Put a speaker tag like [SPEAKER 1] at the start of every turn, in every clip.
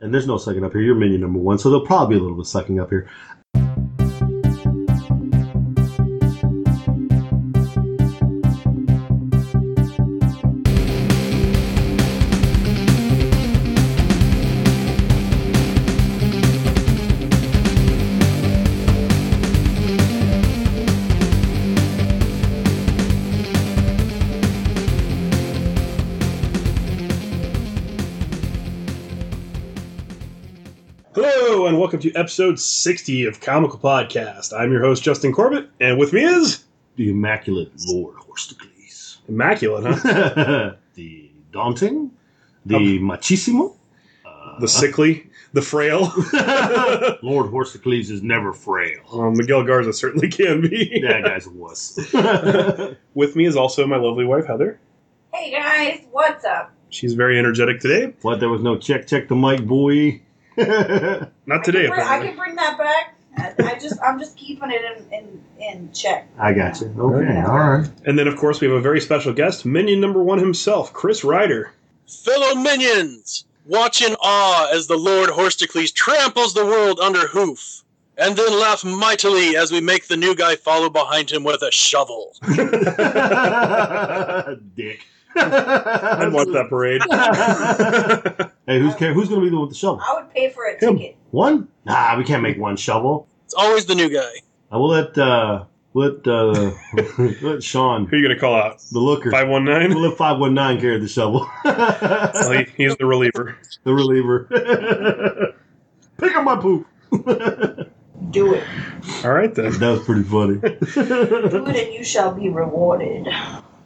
[SPEAKER 1] And there's no sucking up here. You're minion number one, so there'll probably be a little bit sucking up here.
[SPEAKER 2] Hello, and welcome to episode 60 of Comical Podcast. I'm your host, Justin Corbett, and with me is
[SPEAKER 1] The immaculate Lord Horstocles.
[SPEAKER 2] Immaculate, huh?
[SPEAKER 1] the daunting, the machissimo. Uh,
[SPEAKER 2] The sickly, the frail.
[SPEAKER 1] Lord Horstocles is never frail.
[SPEAKER 2] Well, Um, Miguel Garza certainly can be.
[SPEAKER 1] That guy's a wuss.
[SPEAKER 2] With me is also my lovely wife, Heather.
[SPEAKER 3] Hey guys, what's up?
[SPEAKER 2] She's very energetic today.
[SPEAKER 1] what? There was no check, check the mic, boy.
[SPEAKER 2] Not today,
[SPEAKER 3] I can bring, I
[SPEAKER 2] apparently.
[SPEAKER 3] can bring that back. I, I just, I'm just keeping it in, in, in check.
[SPEAKER 1] I got you. Okay, all right.
[SPEAKER 2] And then, of course, we have a very special guest, Minion number one himself, Chris Ryder.
[SPEAKER 4] Fellow minions, watch in awe as the Lord Horstocles tramples the world under hoof, and then laugh mightily as we make the new guy follow behind him with a shovel.
[SPEAKER 1] Dick.
[SPEAKER 2] I'd watch that parade.
[SPEAKER 1] hey, who's ca- who's gonna be the one with the shovel?
[SPEAKER 3] I would pay for a
[SPEAKER 2] Him.
[SPEAKER 3] ticket.
[SPEAKER 1] One? Nah, we can't make one shovel.
[SPEAKER 4] It's always the new guy.
[SPEAKER 1] I will let uh let uh let Sean
[SPEAKER 2] Who are you going to call out?
[SPEAKER 1] the looker. We'll
[SPEAKER 2] 519?
[SPEAKER 1] let five one nine carry the shovel.
[SPEAKER 2] Well,
[SPEAKER 1] the
[SPEAKER 2] he- he's the reliever.
[SPEAKER 1] reliever. Pick up my poop.
[SPEAKER 3] Do it.
[SPEAKER 2] All right, then.
[SPEAKER 1] That was pretty funny.
[SPEAKER 3] Do it and you shall be rewarded.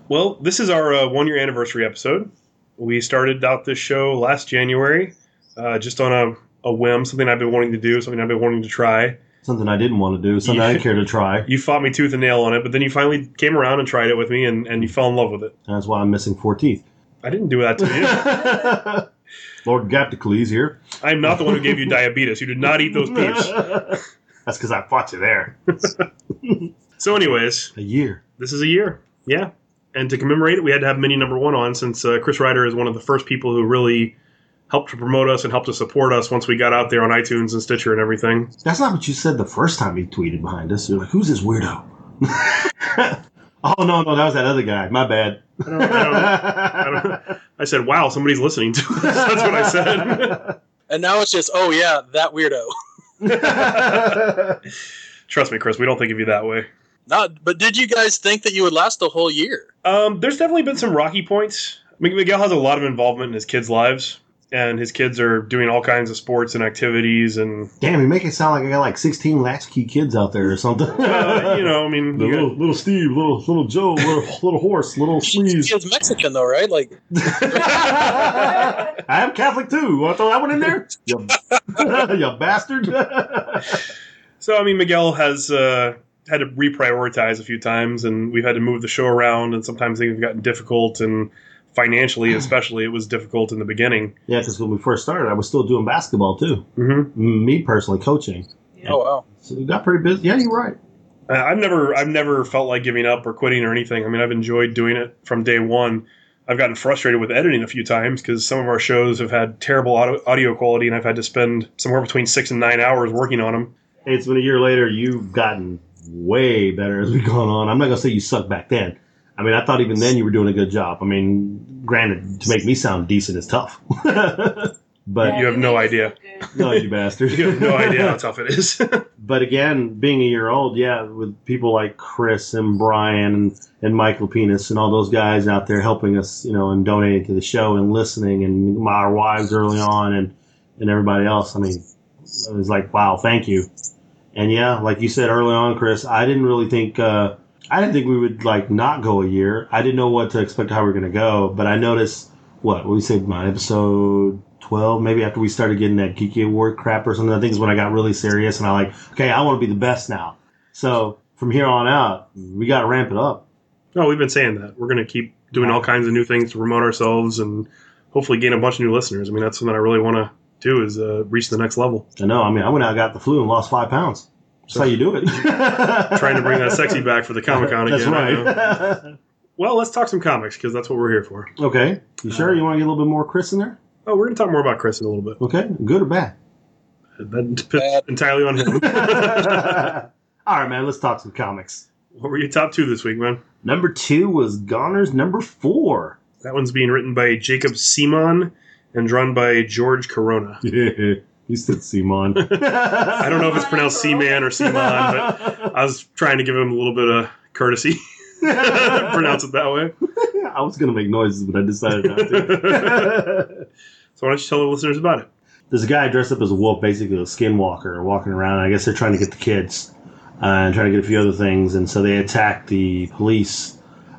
[SPEAKER 2] Well, this is our uh, one year anniversary episode. We started out this show last January, uh, just on a, a whim, something I've been wanting to do, something I've been wanting to try.
[SPEAKER 1] Something I didn't want to do. Something I didn't care to try.
[SPEAKER 2] You fought me tooth and nail on it, but then you finally came around and tried it with me, and, and you fell in love with it.
[SPEAKER 1] That's why I'm missing four teeth.
[SPEAKER 2] I didn't do that to you.
[SPEAKER 1] Lord Gaptocles here.
[SPEAKER 2] I'm not the one who gave you diabetes. You did not eat those peeps.
[SPEAKER 1] That's because I fought you there.
[SPEAKER 2] So, anyways,
[SPEAKER 1] A year.
[SPEAKER 2] this is a year. Yeah. And to commemorate it, we had to have Mini Number One on since uh, Chris Ryder is one of the first people who really helped to promote us and helped to support us once we got out there on iTunes and Stitcher and everything.
[SPEAKER 1] That's not what you said the first time you tweeted behind us. You're like, who's this weirdo? oh, no, no, that was that other guy. My bad.
[SPEAKER 2] I don't, I don't, I don't- I said, "Wow, somebody's listening to us." That's what I said.
[SPEAKER 4] And now it's just, oh yeah, that weirdo.
[SPEAKER 2] Trust me, Chris. We don't think of you that way.
[SPEAKER 4] Not, but did you guys think that you would last the whole year?
[SPEAKER 2] Um, there's definitely been some rocky points. M- Miguel has a lot of involvement in his kids' lives, and his kids are doing all kinds of sports and activities, and
[SPEAKER 1] Damn, you make it sound like I got like 16 latchkey kids out there or something.
[SPEAKER 2] uh, you know, I mean,
[SPEAKER 1] The
[SPEAKER 2] you
[SPEAKER 1] little,
[SPEAKER 2] got-
[SPEAKER 1] little Steve, little little Joe, little, little horse, little
[SPEAKER 4] He's
[SPEAKER 1] sneeze.
[SPEAKER 4] Mexican though, right? Like,
[SPEAKER 1] I am Catholic too. Want to throw that one in there? You, you bastard.
[SPEAKER 2] so I mean, Miguel has uh, had to reprioritize a few times, and we've had to move the show around, and sometimes things have gotten difficult, and financially, especially, it was difficult in the beginning.
[SPEAKER 1] yeah, because when we first started, I was still doing basketball too.
[SPEAKER 2] Mm-hmm.
[SPEAKER 1] Me personally, coaching.
[SPEAKER 4] oh wow.
[SPEAKER 1] So we got pretty busy. Yeah, you're right.
[SPEAKER 2] Uh, I've never I've never felt like giving up or quitting or anything. I mean, I've enjoyed doing it from day one. I've gotten frustrated with editing a few times because some of our shows have had terrible audio, audio quality, and I've had to spend somewhere between six and nine hours working on them.
[SPEAKER 1] It's been a year later. You've gotten way better as we've gone on. I'm not gonna say you sucked back then. I mean, I thought even then you were doing a good job. I mean, granted, to make me sound decent is tough. but
[SPEAKER 2] you have no idea.
[SPEAKER 1] no, you bastard.
[SPEAKER 2] You have no idea how tough it is.
[SPEAKER 1] but again, being a year old, yeah, with people like Chris and Brian and, and Michael Penis and all those guys out there helping us, you know, and donating to the show and listening and my our wives early on and, and everybody else. I mean, it was like, wow, thank you. And yeah, like you said early on, Chris, I didn't really think, uh, I didn't think we would like not go a year. I didn't know what to expect, how we were going to go, but I noticed what we said, my episode 12, maybe after we started getting that Geeky Award crap or something. I think is when I got really serious and I like, okay, I want to be the best now. So from here on out, we got to ramp it up.
[SPEAKER 2] no, we've been saying that we're going to keep doing all kinds of new things to promote ourselves and hopefully gain a bunch of new listeners. I mean, that's something I really want to do is uh, reach the next level.
[SPEAKER 1] I know. I mean, I went out, and got the flu, and lost five pounds. That's how you do it.
[SPEAKER 2] Trying to bring that sexy back for the Comic Con again.
[SPEAKER 1] That's
[SPEAKER 2] I know.
[SPEAKER 1] right.
[SPEAKER 2] Well, let's talk some comics because that's what we're here for.
[SPEAKER 1] okay. You sure you want to get a little bit more Chris in there?
[SPEAKER 2] Oh, we're going to talk more about Chris in a little bit.
[SPEAKER 1] Okay, good or bad?
[SPEAKER 2] That
[SPEAKER 4] Bad.
[SPEAKER 2] depends entirely on him.
[SPEAKER 1] All right, man. Let's talk some comics.
[SPEAKER 2] what were your top two this week, man?
[SPEAKER 1] Number two was Goner's number four.
[SPEAKER 2] That one's being written by Jacob Simon and drawn by George Corona.
[SPEAKER 1] he said Simon. I
[SPEAKER 2] I don't know if it's pronounced Seaman or Simon, but I was trying to give him a little bit of courtesy. Pronounce it that way.
[SPEAKER 1] I was gonna make noises, but I decided not to.
[SPEAKER 2] So why don't you tell the listeners about it?
[SPEAKER 1] There's a guy dressed up as a wolf, basically a skinwalker, walking around. I guess they're trying to get the kids uh, and trying to get a few other things, and so they attack the police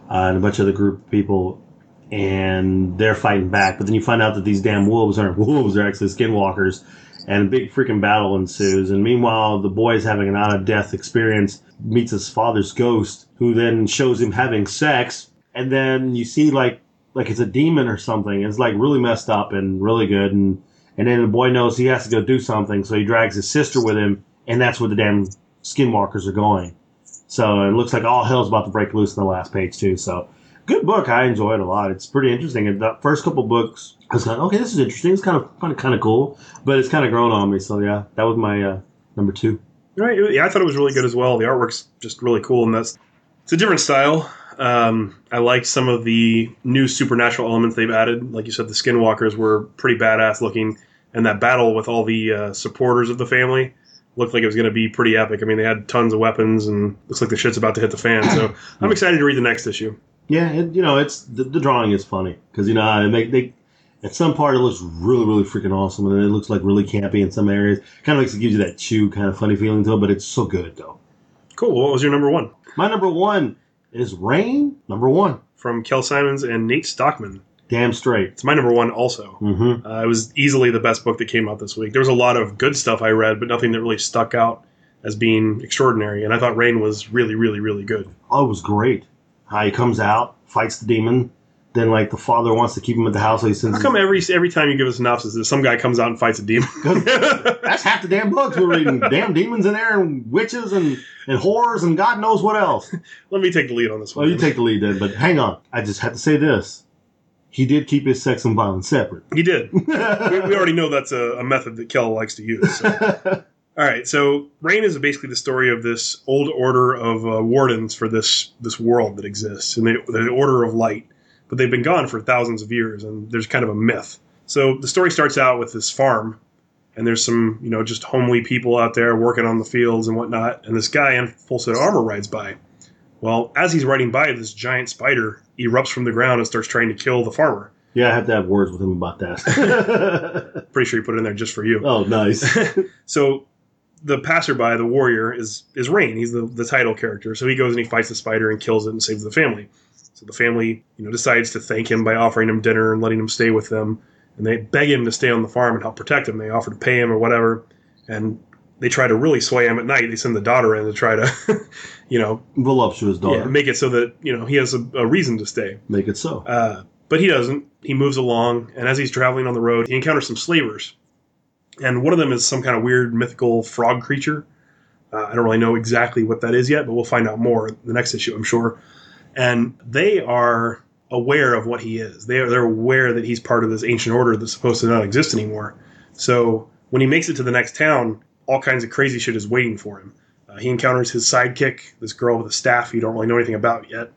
[SPEAKER 1] uh, and a bunch of the group of people, and they're fighting back. But then you find out that these damn wolves aren't wolves; they're actually skinwalkers, and a big freaking battle ensues. And meanwhile, the boy is having an out-of-death experience, meets his father's ghost, who then shows him having sex, and then you see like like it's a demon or something. It's like really messed up and really good, and and then the boy knows he has to go do something, so he drags his sister with him, and that's where the damn skinwalkers are going. So it looks like all hell's about to break loose in the last page too. So good book, I enjoyed it a lot. It's pretty interesting. And the first couple books, I was like, okay, this is interesting. It's kind of kind of, kind of cool, but it's kind of grown on me. So yeah, that was my uh, number two.
[SPEAKER 2] All Right? Yeah, I thought it was really good as well. The artwork's just really cool, and that's it's a different style. Um, I like some of the new supernatural elements they've added. Like you said, the skinwalkers were pretty badass looking, and that battle with all the uh, supporters of the family looked like it was going to be pretty epic. I mean, they had tons of weapons, and looks like the shit's about to hit the fan. So I'm excited to read the next issue.
[SPEAKER 1] Yeah, it, you know, it's the, the drawing is funny because you know they make they at some part it looks really really freaking awesome, and then it looks like really campy in some areas. Kind of makes it gives you that chew kind of funny feeling to it, but it's so good though.
[SPEAKER 2] Cool. What was your number one?
[SPEAKER 1] My number one is Rain. Number one,
[SPEAKER 2] From Kel Simons and Nate Stockman.
[SPEAKER 1] damn straight.
[SPEAKER 2] It's my number one also.
[SPEAKER 1] Mm-hmm.
[SPEAKER 2] Uh, it was easily the best book that came out this week. There was a lot of good stuff I read, but nothing that really stuck out as being extraordinary. And I thought Rain was really, really, really good.
[SPEAKER 1] Oh, it was great. How he comes out, fights the demon, then like the father wants to keep him at the house, so he sends.
[SPEAKER 2] How come every every time you give a synopsis, there's some guy comes out and fights a demon?
[SPEAKER 1] That's half the damn books we're reading. damn demons in there, and witches, and and horrors, and God knows what else.
[SPEAKER 2] Let me take the lead on this
[SPEAKER 1] Well,
[SPEAKER 2] one.
[SPEAKER 1] you take the lead then, but hang on. I just had to say this. He did keep his sex and violence separate.
[SPEAKER 2] he did. we, we already know that's a, a method that Kel likes to use. so. All right, so Rain is basically the story of this old order of uh, wardens for this this world that exists, and they, they're the Order of Light, but they've been gone for thousands of years, and there's kind of a myth. So the story starts out with this farm, and there's some you know just homely people out there working on the fields and whatnot, and this guy in full set of armor rides by. Well, as he's riding by, this giant spider erupts from the ground and starts trying to kill the farmer.
[SPEAKER 1] yeah, I have to have words with him about that.
[SPEAKER 2] Pretty sure he put it in there just for you.
[SPEAKER 1] oh, nice.
[SPEAKER 2] So the passerby, the warrior, is is Rain. He's the, the title character. So he goes and he fights the spider and kills it and saves the family. So the family, you know, decides to thank him by offering him dinner and letting him stay with them. And they beg him to stay on the farm and help protect him. They offer to pay him or whatever. And they try to really sway him at night. They send the daughter in to try to, you know,
[SPEAKER 1] Voluptuous
[SPEAKER 2] yeah,
[SPEAKER 1] daughter.
[SPEAKER 2] make it so that, you know, he has a, a reason to stay.
[SPEAKER 1] Make it so.
[SPEAKER 2] Uh, but he doesn't. He moves along, and as he's traveling on the road, he encounters some slavers. And one of them is some kind of weird mythical frog creature. Uh, I don't really know exactly what that is yet, but we'll find out more in the next issue, I'm sure. And they are aware of what he is. They are, they're aware that he's part of this ancient order that's supposed to not exist anymore. So when he makes it to the next town, all kinds of crazy shit is waiting for him. Uh, he encounters his sidekick, this girl with a staff you don't really know anything about yet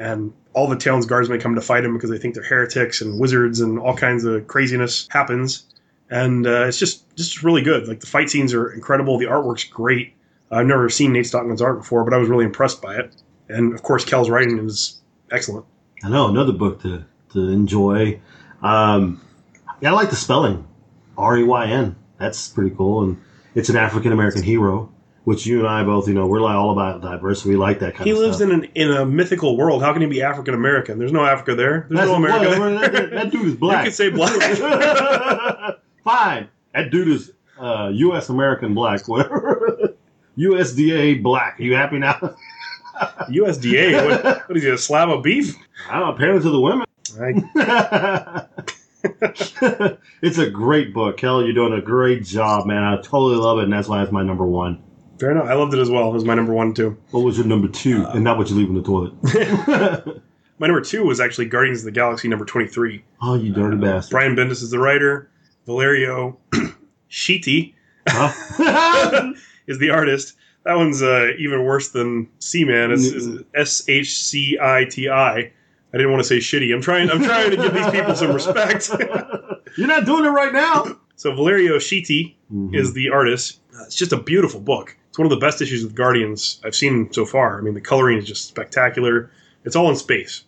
[SPEAKER 2] and all the town's guardsmen come to fight him because they think they're heretics and wizards and all kinds of craziness happens and uh, it's just just really good like the fight scenes are incredible the artwork's great i've never seen nate stockman's art before but i was really impressed by it and of course kel's writing is excellent
[SPEAKER 1] I know, another book to, to enjoy. Um, yeah, I like the spelling. R-E-Y-N. That's pretty cool. And it's an African-American hero, which you and I both, you know, we're like all about diversity. We like that kind
[SPEAKER 2] he
[SPEAKER 1] of
[SPEAKER 2] lives
[SPEAKER 1] stuff.
[SPEAKER 2] in an in a mythical world how can he be african american there's no africa there there's
[SPEAKER 1] That's-
[SPEAKER 2] no america
[SPEAKER 1] well,
[SPEAKER 2] there.
[SPEAKER 1] that, that- that dude is black.
[SPEAKER 2] you could say black
[SPEAKER 1] Fine. That dude is uh, U.S. American black, whatever. USDA black. Are you happy now?
[SPEAKER 2] usda what, what is he a slab of beef
[SPEAKER 1] I don't know, parents of the women.
[SPEAKER 2] I,
[SPEAKER 1] it's a great book, Kelly. You're doing a great job, man. I totally love it, and that's why it's my number one.
[SPEAKER 2] fair enough i loved it as well it was my number one too
[SPEAKER 1] Uh, What was your number two, and not what you leave in the toilet?
[SPEAKER 2] My number two was actually Guardians of the Galaxy number 23.
[SPEAKER 1] Oh, you dirty bastard.
[SPEAKER 2] Brian Bendis is the writer. Valerio Shiti
[SPEAKER 1] Huh?
[SPEAKER 2] is the artist. That one's uh, even worse than Seaman. It's S H C I T I. I didn't want to say shitty. I'm trying. I'm trying to give these people some respect.
[SPEAKER 1] You're not doing it right now.
[SPEAKER 2] so Valerio Shiti
[SPEAKER 1] Mhm.
[SPEAKER 2] is the artist. Uh, It's just a beautiful book. It's one of the best issues of Guardians I've seen so far. I mean, the coloring is just spectacular. It's all in space,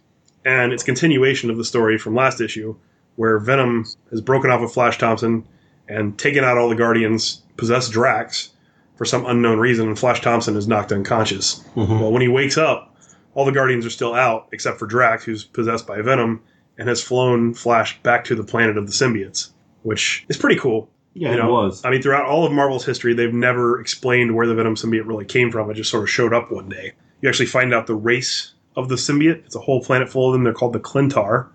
[SPEAKER 2] and it's continuation of the story from last issue, where Venom has broken off with Flash Thompson and taken out all the Guardians, possessed Drax for some unknown reason, and Flash Thompson is knocked unconscious.
[SPEAKER 1] Mhm.
[SPEAKER 2] Well, when he wakes up, all the Guardians are still out except for Drax, who's possessed by Venom and has flown Flash back to the planet of the symbiotes, which is pretty cool.
[SPEAKER 1] yeah,
[SPEAKER 2] You
[SPEAKER 1] it
[SPEAKER 2] know,
[SPEAKER 1] was.
[SPEAKER 2] I mean, throughout all of Marvel's history, they've never explained where the Venom symbiote really came from. It just sort of showed up one day. You actually find out the race of the symbiote. It's a whole planet full of them. They're called the Clintar,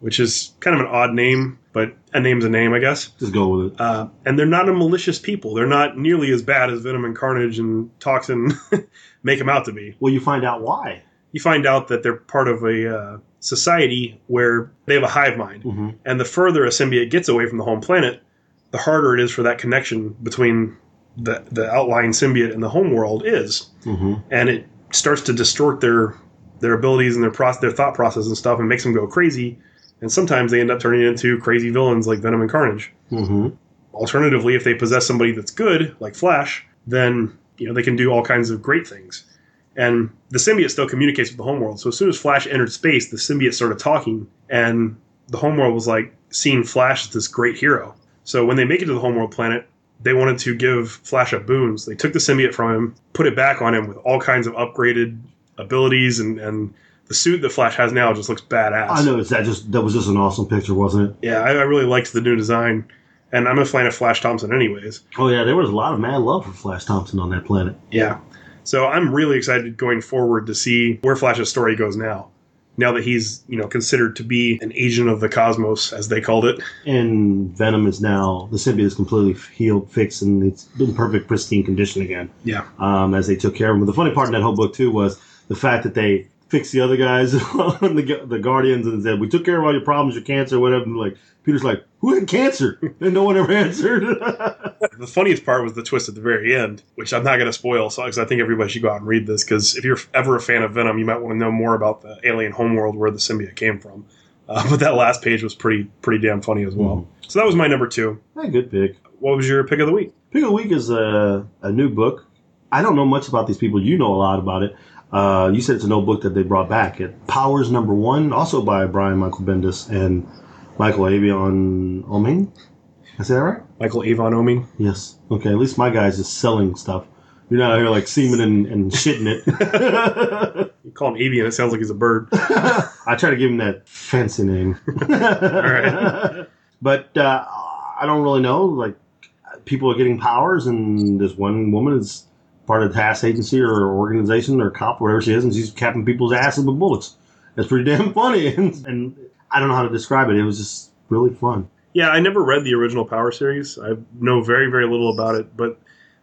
[SPEAKER 2] which is kind of an odd name, but a name's a name, I guess.
[SPEAKER 1] Just go with it.
[SPEAKER 2] Uh, and they're not a malicious people. They're not nearly as bad as Venom and Carnage and Toxin make them out to be
[SPEAKER 1] Well, you find out why.
[SPEAKER 2] you find out that they're part of a uh, society where they have a hive mind.
[SPEAKER 1] Mm-hmm.
[SPEAKER 2] And the further a symbiote gets away from the home planet, the harder it is for that connection between the, the outlying symbiote and the home world is.
[SPEAKER 1] Mm-hmm.
[SPEAKER 2] And it starts to distort their their abilities and their proce- their thought process and stuff and makes them go crazy. And sometimes they end up turning into crazy villains like Venom and Carnage.
[SPEAKER 1] Mm-hmm.
[SPEAKER 2] Alternatively, if they possess somebody that's good, like Flash, then you know they can do all kinds of great things. And the symbiote still communicates with the homeworld. So as soon as Flash entered space, the symbiote started talking, and the homeworld was like seeing Flash as this great hero. So when they make it to the homeworld planet, they wanted to give Flash a boon. So they took the symbiote from him, put it back on him with all kinds of upgraded abilities, and, and the suit that Flash has now just looks badass.
[SPEAKER 1] I noticed that. Just that was just an awesome picture, wasn't it?
[SPEAKER 2] Yeah, I, I really liked the new design, and I'm a fan of Flash Thompson, anyways.
[SPEAKER 1] Oh yeah, there was a lot of mad love for Flash Thompson on that planet.
[SPEAKER 2] Yeah. So I'm really excited going forward to see where Flash's story goes now. Now that he's, you know, considered to be an agent of the cosmos, as they called it.
[SPEAKER 1] And Venom is now the symbiote is completely healed, fixed, and it's in perfect, pristine condition again.
[SPEAKER 2] Yeah.
[SPEAKER 1] Um, as they took care of him. But the funny part in that whole book too was the fact that they fixed the other guys on the Gu- the Guardians and said, "We took care of all your problems, your cancer, whatever." And like Peter's like, "Who had cancer?" And no one ever answered.
[SPEAKER 2] The funniest part was the twist at the very end, which I'm not going to spoil, so because I think everybody should go out and read this. Because if you're ever a fan of Venom, you might want to know more about the alien homeworld where the symbiote came from. Uh, but that last page was pretty, pretty damn funny as well. So that was my number two.
[SPEAKER 1] hey, good pick.
[SPEAKER 2] What was your pick of the week?
[SPEAKER 1] Pick of the Week is a, a new book. I don't know much about these people. You know a lot about it. Uh, you said it's an old book that they brought back. It Powers Number One, also by Brian Michael Bendis and Michael Avion Oming. Is that right?
[SPEAKER 2] Michael Avon Oming.
[SPEAKER 1] Yes. Okay. At least my guy's just selling stuff. You're not out here like semen and, and shitting it.
[SPEAKER 2] You call him Avian, it sounds like he's a bird.
[SPEAKER 1] I try to give him that fancy name.
[SPEAKER 2] right.
[SPEAKER 1] But uh, I don't really know. Like, people are getting powers, and this one woman is part of the task agency or organization or cop, whatever she is, and she's capping people's asses with bullets. That's pretty damn funny. And, and I don't know how to describe it. It was just really fun.
[SPEAKER 2] Yeah, I never read the original Power series. I know very very little about it, but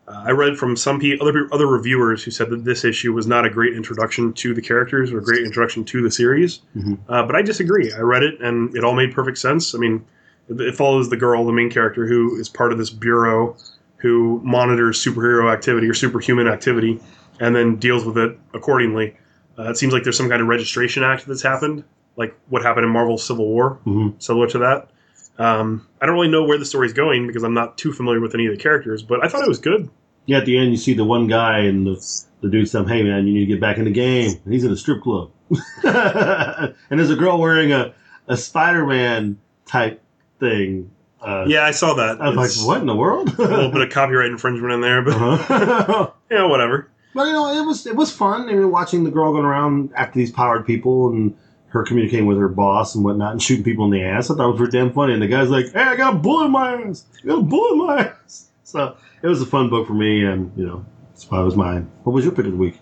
[SPEAKER 2] uh, I read from some pe- other pe- other reviewers who said that this issue was not a great introduction to the characters or a great introduction to the series.
[SPEAKER 1] Mhm.
[SPEAKER 2] Uh, but I disagree. I read it and it all made perfect sense. I mean, it, it follows the girl, the main character, who is part of this bureau who monitors superhero activity or superhuman activity, and then deals with it accordingly. Uh, it seems like there's some kind of registration act that's happened, like what happened in Marvel's Civil War
[SPEAKER 1] hmm
[SPEAKER 2] similar to that. Um, I don't really know where the story's going because I'm not too familiar with any of the characters, but I thought it was good.
[SPEAKER 1] Yeah, at the end, you see the one guy and the, the dude says, Hey, man, you need to get back in the game. And he's in a strip club. and there's a girl wearing a, a Spider Man type thing. Uh,
[SPEAKER 2] Yeah, I saw that.
[SPEAKER 1] I was
[SPEAKER 2] It's
[SPEAKER 1] like, What in the world?
[SPEAKER 2] A little bit of copyright infringement in there, but
[SPEAKER 1] Uh-huh.
[SPEAKER 2] yeah, whatever.
[SPEAKER 1] But you know, it was it was fun. I mean, watching the girl going around after these powered people and her communicating with her boss and whatnot and shooting people in the ass. I thought it was pretty damn funny. And the guy's like, "Hey, I got a bullet in my ass. I got a bullet in my ass." So it was a fun book for me, and you know, that's why it was mine. What was your pick of the week?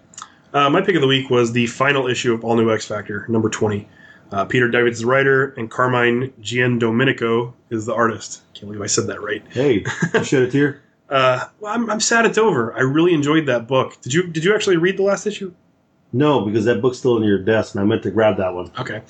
[SPEAKER 2] Uh, my pick of the week was the final issue of All New X Factor, number 20. Uh, Peter Davids is the writer, and Carmine Giandomenico is the artist. Can't believe I said that right.
[SPEAKER 1] Hey, you shed a tear.
[SPEAKER 2] Uh, well, I'm, I'm sad it's over. I really enjoyed that book. Did you Did you actually read the last issue?
[SPEAKER 1] No, because that book's still in your desk, and I meant to grab that one.
[SPEAKER 2] Okay.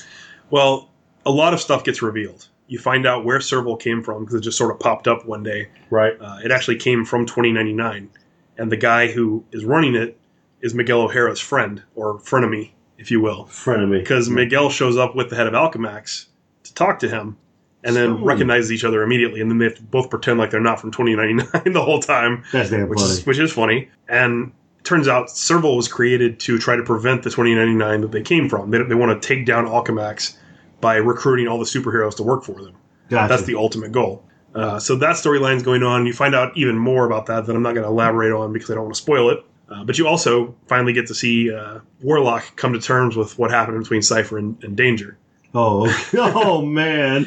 [SPEAKER 2] Well, a lot of stuff gets revealed. You find out where Serval came from because it just sort of popped up one day.
[SPEAKER 1] Right.
[SPEAKER 2] Uh, it actually came from 2099, and the guy who is running it is Miguel O'Hara's friend or frenemy, if you will,
[SPEAKER 1] Friend of me.
[SPEAKER 2] because Miguel shows up with the head of Alchemax to talk to him, and then
[SPEAKER 1] Ooh.
[SPEAKER 2] recognizes each other immediately, and then they have to both pretend like they're not from 2099 the whole time
[SPEAKER 1] That's damn
[SPEAKER 2] which
[SPEAKER 1] funny.
[SPEAKER 2] is which is funny. And turns out Serval was created to try to prevent the 2099 that they came from. They, they want to take down Alchemax by recruiting all the superheroes to work for them.
[SPEAKER 1] Gotcha.
[SPEAKER 2] That's the ultimate goal. Uh, so that storyline's going on. You find out even more about that that I'm not going to elaborate on because I don't want to spoil it. Uh, but you also finally get to see uh, Warlock come to terms with what happened between Cipher and, and Danger.
[SPEAKER 1] oh, okay. oh man.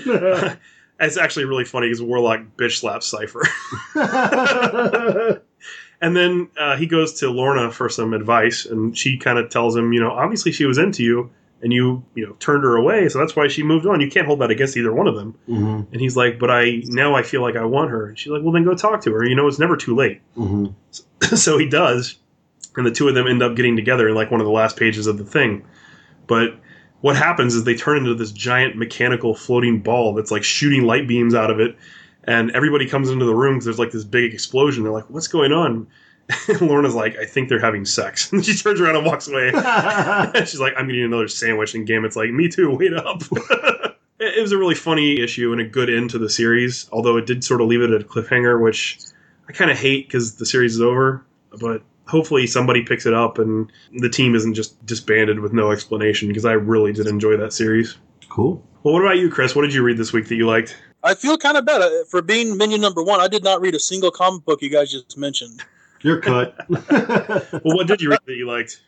[SPEAKER 2] It's actually really funny because Warlock bitch slaps Cipher.
[SPEAKER 1] right.
[SPEAKER 2] And then uh, he goes to Lorna for some advice, and she kind of tells him, you know, obviously she was into you, and you, you know, turned her away, so that's why she moved on. You can't hold that against either one of them.
[SPEAKER 1] hmm
[SPEAKER 2] And he's like, but I now I feel like I want her. And she's like, well, then go talk to her. You know, it's never too late.
[SPEAKER 1] hmm
[SPEAKER 2] so he does, and the two of them end up getting together in like one of the last pages of the thing. But what happens is they turn into this giant mechanical floating ball that's like shooting light beams out of it, and everybody comes into the room because there's like this big explosion. They're like, "What's going on?" And Lorna's like, "I think they're having sex," and she turns around and walks away. She's like, "I'm getting another sandwich." And Gambit's like, "Me too. Wait up." It it was a really funny issue and a good end to the series, although it did sort of leave it at a cliffhanger, which I kind of hate because the series is over. But hopefully somebody picks it up and the team isn't just disbanded with no explanation because I really did enjoy that series.
[SPEAKER 1] cool.
[SPEAKER 2] Well, what about you, Chris? What did you read this week that you liked?
[SPEAKER 4] I feel kind of bad uh, for being minion number one. I did not read a single comic book you guys just mentioned.
[SPEAKER 1] You're cut. Mm-hmm.
[SPEAKER 2] Well, what did you read that you liked?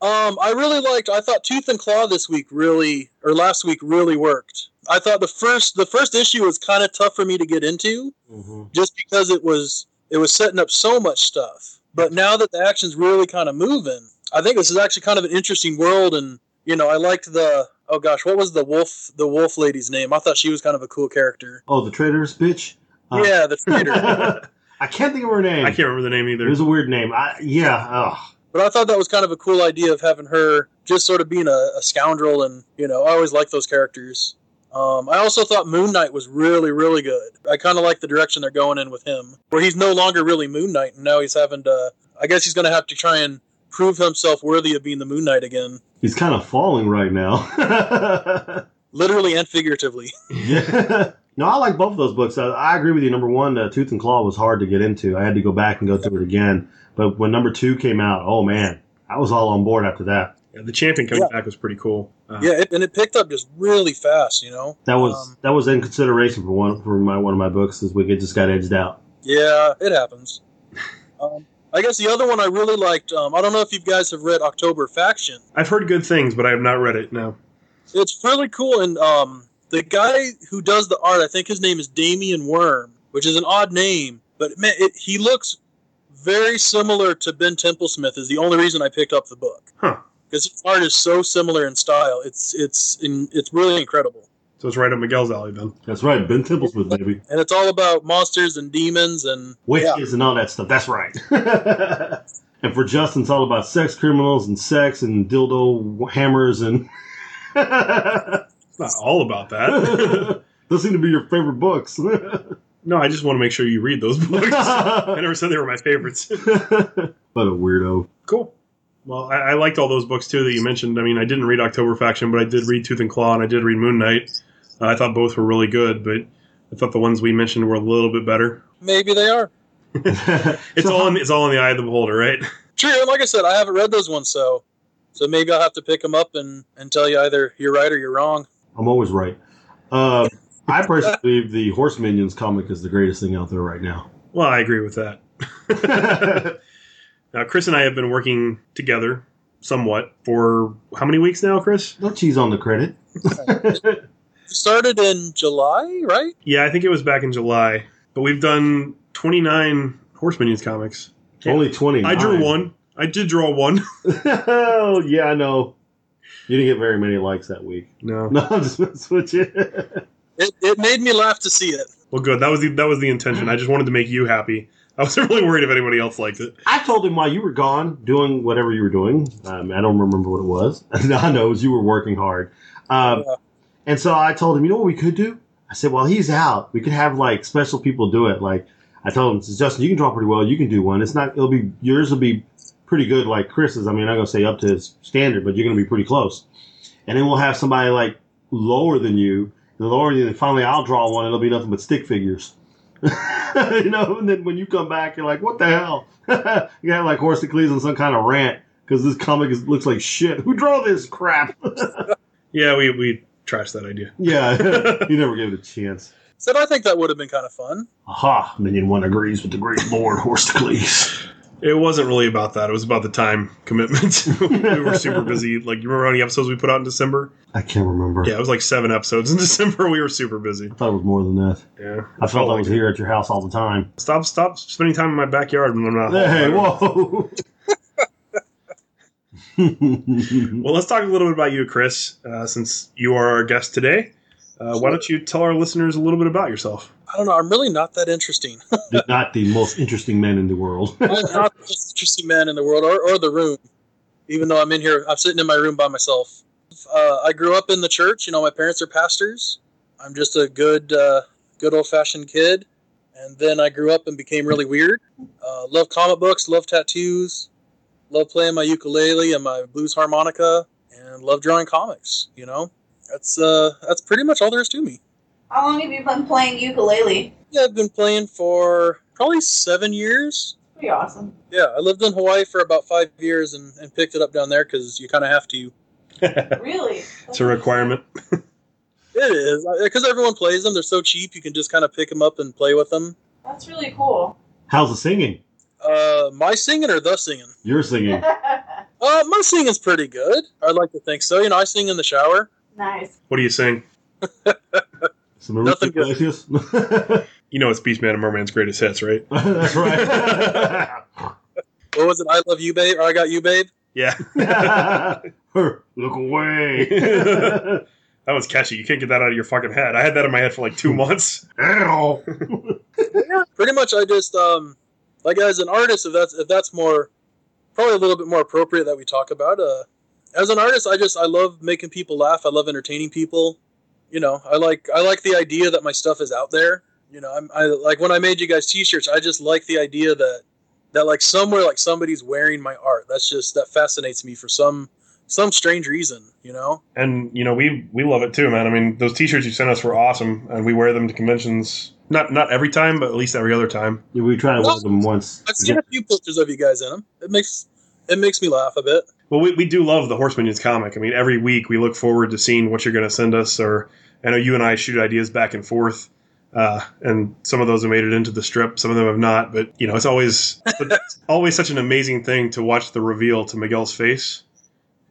[SPEAKER 4] Um, I really liked. I thought Tooth and Claw this week really, or last week really worked. I thought the first the first issue was kind of tough for me to get into,
[SPEAKER 1] Mhm.
[SPEAKER 4] just because it was it was setting up so much stuff. But now that the action's really kind of moving, I think this is actually kind of an interesting world. And you know, I liked the oh gosh, what was the wolf the wolf lady's name? I thought she was kind of a cool character.
[SPEAKER 1] Oh, the traitors, bitch. Uh,
[SPEAKER 4] yeah, the trader.
[SPEAKER 1] I can't think of her name.
[SPEAKER 2] I can't remember the name either.
[SPEAKER 1] It was a weird name. I, yeah. ugh.
[SPEAKER 4] But I thought that was kind of a cool idea of having her just sort of being a, a scoundrel, and you know, I always like those characters. Um, I also thought Moon Knight was really, really good. I kind of like the direction they're going in with him, where he's no longer really Moon Knight, and now he's having to. I guess he's going to have to try and prove himself worthy of being the Moon Knight again,
[SPEAKER 1] He's kind of falling right now.
[SPEAKER 4] literally and figuratively.
[SPEAKER 1] yeah. No, I like both of those books. I, I agree with you. Number one, uh, Tooth and Claw was hard to get into. I had to go back and go through it again. But when number two came out, oh man, I was all on board after that.
[SPEAKER 2] Yeah, the champion coming
[SPEAKER 4] Yeah.
[SPEAKER 2] back was pretty cool. Uh,
[SPEAKER 4] Yeah, it, and it picked up just really fast, you know.
[SPEAKER 1] That was
[SPEAKER 4] Um,
[SPEAKER 1] that was in consideration for one for my one of my books. Is Wicked just got edged out.
[SPEAKER 4] Yeah, it happens. Um, I guess the other one I really liked. Um, I don't know if you guys have read October Faction.
[SPEAKER 2] I've heard good things, but I have not read it. No.
[SPEAKER 4] It's really cool, and um, the guy who does the art, I think his name is Damian Worm, which is an odd name, but man, it, he looks very similar to Ben Temple Smith. Is the only reason I picked up the book
[SPEAKER 2] Huh.
[SPEAKER 4] because his art is so similar in style. It's it's in, it's really incredible,
[SPEAKER 2] So it's right up Miguel's alley then.
[SPEAKER 1] That's right, Ben Templesmith, baby,
[SPEAKER 4] and it's all about monsters and demons and yeah,
[SPEAKER 1] witches and all that stuff. That's right. and for Justin, it's all about sex criminals and sex and dildo hammers and.
[SPEAKER 2] It's not all about that.
[SPEAKER 1] Those seem to be your favorite books.
[SPEAKER 2] no, I just want to make sure you read those books. I
[SPEAKER 1] what
[SPEAKER 2] never said they were my favorites.
[SPEAKER 1] a weirdo.
[SPEAKER 2] Cool. Well, I, I liked all those books too that you mentioned. I mean, I didn't read October Faction, but I did read Tooth and Claw, and I did read Moon Knight. Uh, I thought both were really good, but I thought the ones we mentioned were a little bit better.
[SPEAKER 4] maybe they are.
[SPEAKER 2] It's all in, it's all in the eye of the beholder, right?
[SPEAKER 4] True, and like I said, I haven't read those ones, so so maybe I'll have to pick them up and and tell you either you're right or you're wrong.
[SPEAKER 1] I'm always right. Uh, I personally believe the Horse Minions comic is the greatest thing out there right now.
[SPEAKER 2] Well, I agree with that. now, Chris and I have been working together somewhat for how many weeks now, Chris?
[SPEAKER 1] No cheese on the credit.
[SPEAKER 4] started in July, right?
[SPEAKER 2] Yeah, I think it was back in July, but we've done 29 Horse Minions comics. Yeah.
[SPEAKER 1] Only 20.
[SPEAKER 2] I drew one. I did draw one.
[SPEAKER 1] oh, yeah, I know. You didn't get very many likes that week.
[SPEAKER 2] No.
[SPEAKER 1] No, I'm just messing with you.
[SPEAKER 4] It, it made me laugh to see it.
[SPEAKER 2] Well, good. That was the that was the intention. I just wanted to make you happy. I wasn't really worried if anybody else liked it.
[SPEAKER 1] I told him while you were gone doing whatever you were doing. Um, I don't remember what it was. All I know is you were working hard. Um,
[SPEAKER 4] Yeah.
[SPEAKER 1] And so I told him, you know what we could do? I said, well, he's out. We could have like special people do it. Like I told him, I said, Justin, you can draw pretty well. You can do one. It's not. It'll be yours. Will be pretty good, like Chris's. I mean, I'm not gonna say up to his standard, but you're gonna be pretty close. And then we'll have somebody like lower than you, and lower than you. And finally, I'll draw one. and It'll be nothing but stick figures. you know, and then when you come back, you're like, what the hell? you got like Horace Cleese on some kind of rant because this comic is, looks like shit. Who draw this crap?
[SPEAKER 2] Yeah, we we trashed that idea.
[SPEAKER 1] yeah, you never gave it a chance.
[SPEAKER 4] Said I think that would have been kind of fun.
[SPEAKER 1] Aha, Minion 1 agrees with the great lord Horace Cleese.
[SPEAKER 2] It wasn't really about that. It was about the time commitment. we were super busy. Like, you remember how many episodes we put out in December?
[SPEAKER 1] I can't remember.
[SPEAKER 2] Yeah, it was like seven episodes in December. We were super busy.
[SPEAKER 1] I thought it was more than that.
[SPEAKER 2] Yeah,
[SPEAKER 1] I felt I was here at your house all the time.
[SPEAKER 2] Stop! Stop spending time in my backyard when I'm not. home.
[SPEAKER 1] Hey, whoa!
[SPEAKER 2] Well, let's talk a little bit about you, Chris, uh, since you are our guest today. Uh, why don't you tell our listeners a little bit about yourself?
[SPEAKER 4] I don't know. I'm really not that interesting.
[SPEAKER 1] not the most interesting man in the world.
[SPEAKER 4] I'm not the most interesting man in the world or, or the room, even though I'm in here. I'm sitting in my room by myself. Uh, I grew up in the church. You know, my parents are pastors. I'm just a good, uh, good old fashioned kid. And then I grew up and became really weird. Uh, love comic books, love tattoos, love playing my ukulele and my blues harmonica, and love drawing comics. You know, that's uh, that's pretty much all there is to me.
[SPEAKER 3] How long have you been playing ukulele?
[SPEAKER 4] Yeah, I've been playing for probably seven years.
[SPEAKER 3] Pretty awesome.
[SPEAKER 4] Yeah, I lived in Hawaii for about five years and, and picked it up down there because you kind of have to.
[SPEAKER 3] Really?
[SPEAKER 2] It's a requirement.
[SPEAKER 4] It is because everyone plays them. They're so cheap. You can just kind of pick them up and play with them.
[SPEAKER 3] That's really cool.
[SPEAKER 1] How's the singing?
[SPEAKER 4] Uh, my singing or the singing?
[SPEAKER 1] You're singing.
[SPEAKER 4] Uh, my singing's pretty good. I'd like to think so. You know, I sing in the shower.
[SPEAKER 3] nice.
[SPEAKER 2] What do you sing?
[SPEAKER 1] Some Nothing
[SPEAKER 4] Nothing good.
[SPEAKER 2] You know, it's Beastman and Merman's greatest hits, right?
[SPEAKER 1] That's right.
[SPEAKER 4] What was it? I love you, babe. Or I got you, babe.
[SPEAKER 2] Yeah,
[SPEAKER 1] Her, look away.
[SPEAKER 2] that was catchy. You can't get that out of your fucking head. I had that in my head for like two months.
[SPEAKER 1] Ow.
[SPEAKER 4] Pretty much, I just um, like as an artist, if that's if that's more, probably a little bit more appropriate that we talk about. Uh, as an artist, I just I love making people laugh. I love entertaining people. You know, I like I like the idea that my stuff is out there. You know, I'm, I like when I made you guys T-shirts. I just like the idea that that like somewhere like somebody's wearing my art. That's just that fascinates me for some some strange reason. You know,
[SPEAKER 2] and you know we we love it too, man. I mean, those T-shirts you sent us were awesome, and we wear them to conventions. Not not every time, but at least every other time.
[SPEAKER 1] we tried to hold them once.
[SPEAKER 4] I've seen a few pictures of you guys in them. It makes it makes me laugh a bit.
[SPEAKER 2] Well, we, we do love the Horse Minions comic. I mean, every week we look forward to seeing what you're going to send us. Or I know you and I shoot ideas back and forth, uh, and some of those have made it into the strip, some of them have not. But you know, it's always it's always such an amazing thing to watch the reveal to Miguel's face.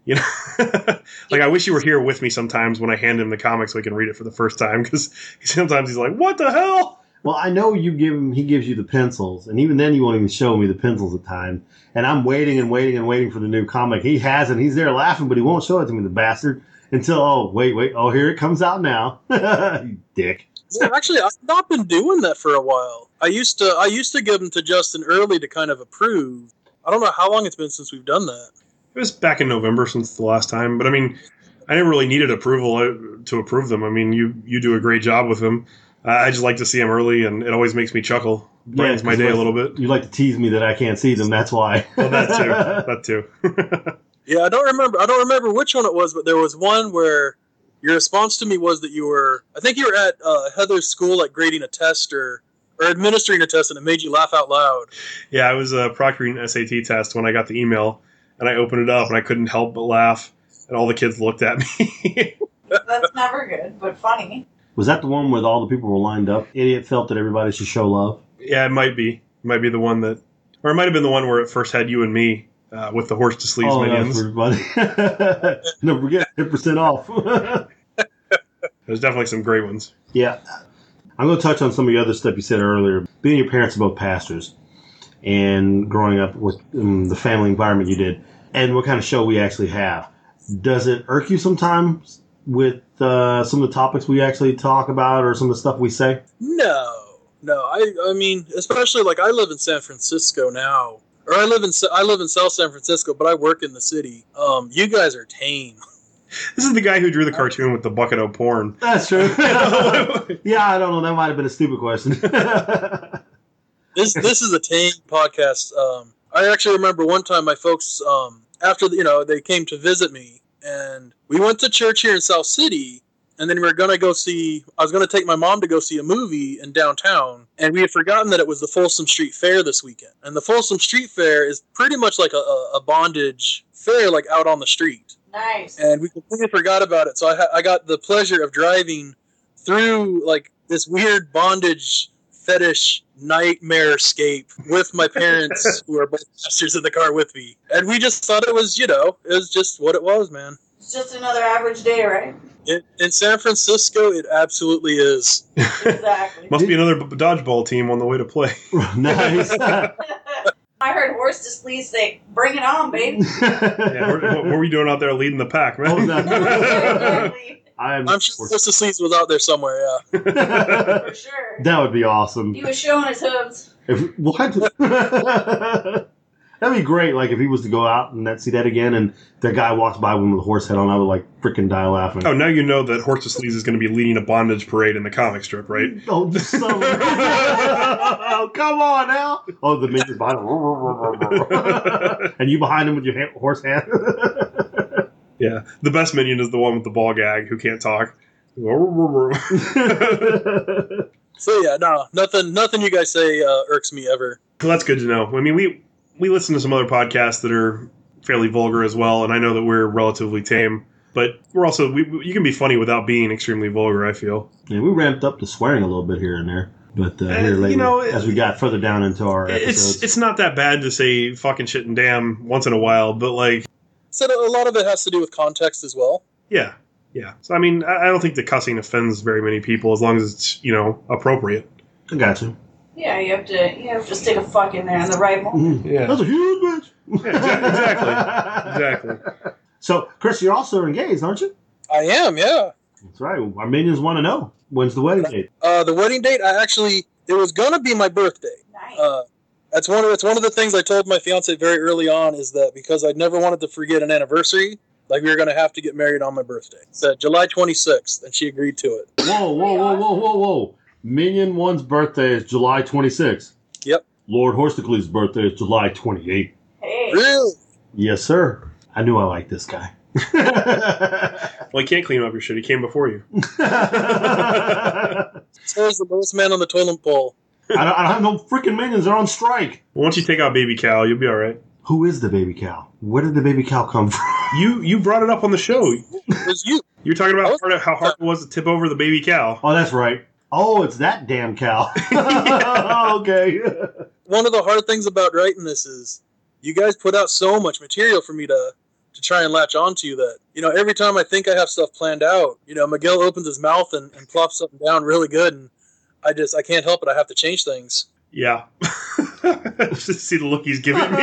[SPEAKER 2] You know, like I wish you were here with me sometimes when I hand him the comic so he can read it for the first time because sometimes he's like, "What the hell."
[SPEAKER 1] Well, I know you give him. He gives you the pencils, and even then, you won't even show me the pencils at time. And I'm waiting and waiting and waiting for the new comic. He has it. He's there laughing, but he won't show it to me, the bastard. Until oh wait wait oh here it comes out now, You dick.
[SPEAKER 4] Well, actually, I've not been doing that for a while. I used to I used to give them to Justin early to kind of approve. I don't know how long it's been since we've done that.
[SPEAKER 2] It was back in November since the last time, but I mean, I never really needed approval uh, to approve them. I mean, you you do a great job with them. I I just like to see them early, and it always makes me chuckle. Brightens my day a little bit.
[SPEAKER 1] You like to tease me that I can't see them. That's why.
[SPEAKER 2] Well, that too. That too.
[SPEAKER 4] Yeah, I don't remember. I don't remember which one it was, but there was one where your response to me was that you were. I think you were at uh, Heather's school, like grading a test or or administering a test, and it made you laugh out loud.
[SPEAKER 2] Yeah, I was uh, proctoring an SAT test when I got the email, and I opened it up, and I couldn't help but laugh. And all the kids looked at me.
[SPEAKER 3] That's never good, but funny.
[SPEAKER 1] Was that the one where all the people were lined up? Idiot felt that everybody should show love.
[SPEAKER 2] yeah, it might be, might be the one that, or it might have been the one where it first had you and me uh, with the horse to sleeves
[SPEAKER 1] oh,
[SPEAKER 2] minions.
[SPEAKER 1] that's everybody. Don't forget, 10% off.
[SPEAKER 2] There's definitely some great ones.
[SPEAKER 1] yeah. I'm going to touch on some of the other stuff you said earlier. Being your parents are both pastors and growing up with um, the family environment you did and what kind of show we actually have. Does it irk you sometimes with uh, some of the topics we actually talk about or some of the stuff we say?
[SPEAKER 4] No, No, I I mean, especially like I live in San Francisco now, or I live in Sa- I live in South San Francisco, but I work in the city. Um, you guys are tame.
[SPEAKER 2] This is the guy who drew the cartoon with the bucket of porn.
[SPEAKER 1] That's true. yeah, I don't know. That might have been a stupid question.
[SPEAKER 4] This this is a tame podcast. Um, I actually remember one time my folks um after the, you know they came to visit me, and we went to church here in South City. And then we were gonna go see. I was gonna take my mom to go see a movie in downtown, and we had forgotten that it was the Folsom Street Fair this weekend. And the Folsom Street Fair is pretty much like a, a, a bondage fair, like out on the street.
[SPEAKER 3] Nice.
[SPEAKER 4] and we completely forgot about it. So I, ha- I got the pleasure of driving through like this weird bondage fetish nightmare scape with my parents, who are both sisters in the car with me, and we just thought it was you know it was just what it was, man.
[SPEAKER 3] It's just another average day, right?
[SPEAKER 4] It, in San Francisco, it absolutely is.
[SPEAKER 3] Exactly.
[SPEAKER 2] Must be another b- dodgeball team on the way to play.
[SPEAKER 1] nice.
[SPEAKER 3] I heard horse displeased say, bring it on, babe.
[SPEAKER 2] Yeah, what, what were we doing out there leading the pack, man?
[SPEAKER 1] Hold on.
[SPEAKER 3] Exactly.
[SPEAKER 1] I'm,
[SPEAKER 4] I'm sure Horse of Sleaze was out there somewhere. Yeah,
[SPEAKER 1] that
[SPEAKER 3] For sure.
[SPEAKER 1] would be awesome.
[SPEAKER 3] He was showing his hooves.
[SPEAKER 1] If, what? That'd be great. Like if he was to go out and that see that again, and that guy walks by with a horse head on, I would like freaking die laughing.
[SPEAKER 2] oh, now you know that Horse of Sleaze is going to be leading a bondage parade in the comic strip, right?
[SPEAKER 1] Oh, you son of a- Oh, come on now. Oh, the minions behind him. and you behind him with your ha- horse hand.
[SPEAKER 2] Yeah. The best minion is the one with the ball gag who can't talk.
[SPEAKER 4] so yeah, no, nothing, nothing you guys say uh, irks me ever.
[SPEAKER 2] Well, that's good to know. I mean, we we listen to some other podcasts that are fairly vulgar as well, and I know that we're relatively tame, but we're also we, we- you can be funny without being extremely vulgar. I feel.
[SPEAKER 1] yeah, we ramped up the swearing a little bit here and there, but uh,
[SPEAKER 2] Uh,
[SPEAKER 1] here
[SPEAKER 2] you
[SPEAKER 1] later,
[SPEAKER 2] know,
[SPEAKER 1] as we got further down into our
[SPEAKER 2] It's
[SPEAKER 1] episodes,
[SPEAKER 2] it's not that bad to say fucking shit and damn once in a while, but like
[SPEAKER 4] So a lot of it has to do with context as well.
[SPEAKER 2] yeah, yeah. So I mean, I, I don't think the cussing offends very many people as long as it's you know appropriate.
[SPEAKER 1] I got you.
[SPEAKER 3] Yeah, you have to you have to stick a fuck in there in the right moment.
[SPEAKER 1] Mm.
[SPEAKER 2] Yeah,
[SPEAKER 1] That's a huge bitch.
[SPEAKER 2] exa- exactly. exactly.
[SPEAKER 1] So, Chris, you're also engaged, aren't you?
[SPEAKER 4] I am, yeah.
[SPEAKER 1] That's right. Our minions want to know when's the wedding date.
[SPEAKER 4] Uh, the wedding date, I actually, it was gonna be my birthday.
[SPEAKER 3] Nice.
[SPEAKER 4] Uh, that's one. Of, that's one of the things I told my fiance very early on is that because I never wanted to forget an anniversary, like we were gonna have to get married on my birthday. So July 26th, and she agreed to it.
[SPEAKER 1] Whoa, whoa, whoa, whoa, whoa, whoa. Minion 1's birthday is July 26th.
[SPEAKER 4] Yep.
[SPEAKER 1] Lord Horsticles' birthday is July 28th.
[SPEAKER 3] hey.
[SPEAKER 4] Really?
[SPEAKER 1] Yes, sir. I knew I liked this guy.
[SPEAKER 2] Well, you can't clean up your shit. He came before you.
[SPEAKER 1] I,
[SPEAKER 4] So is the lowest man on the totem pole.
[SPEAKER 1] don't, I don't have no freaking minions. They're on strike.
[SPEAKER 2] Well, once you take out baby cow, you'll be all right.
[SPEAKER 1] Who is the baby cow? Where did the baby cow come from?
[SPEAKER 2] You you brought it up on the show.
[SPEAKER 4] It was you?
[SPEAKER 2] You're talking
[SPEAKER 4] I
[SPEAKER 2] about
[SPEAKER 4] was-
[SPEAKER 2] hard- how hard it was to tip over the baby cow.
[SPEAKER 1] Oh, that's right. Oh, it's that damn cow. okay.
[SPEAKER 4] One of the hard things about writing this is you guys put out so much material for me to to try and latch onto that you know every time I think I have stuff planned out, you know Miguel opens his mouth and, and plops something down really good, and I just I can't help it. I have to change things.
[SPEAKER 2] Yeah. Just see the look he's giving me.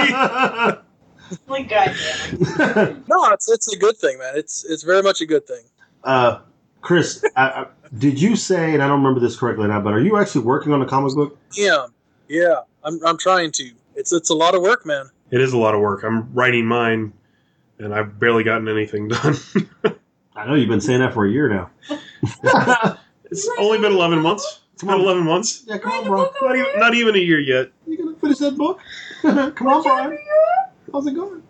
[SPEAKER 3] Like, goddamn.
[SPEAKER 4] No, it's it's a good thing, man. It's it's very much a good thing.
[SPEAKER 1] uh, Chris, I, I, did you say, and I don't remember this correctly now, but are you actually working on a comic book?
[SPEAKER 4] Yeah, yeah. I'm I'm trying to. It's it's a lot of work, man.
[SPEAKER 2] It is a lot of work. I'm writing mine, and I've barely gotten anything done.
[SPEAKER 1] I know you've been saying that for a year now.
[SPEAKER 2] it's only been 11 months. It's been 11 months.
[SPEAKER 1] yeah, come
[SPEAKER 3] Write
[SPEAKER 1] on,
[SPEAKER 3] a
[SPEAKER 1] bro.
[SPEAKER 3] book
[SPEAKER 2] Not even, not even a year yet.
[SPEAKER 1] You gonna finish that book? come on, Brian. How's it going?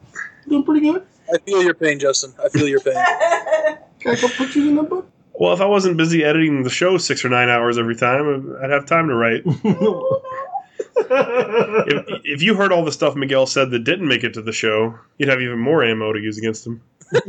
[SPEAKER 1] Doing pretty good.
[SPEAKER 4] I feel your pain, Justin. I feel your pain.
[SPEAKER 3] over
[SPEAKER 1] Can I go put you in that book?
[SPEAKER 2] Well, if I wasn't busy editing the show six or nine hours every time, I'd have time to write. If, if you heard all the stuff Miguel said that didn't make it to the show, you'd have even more ammo to use against him.
[SPEAKER 3] you.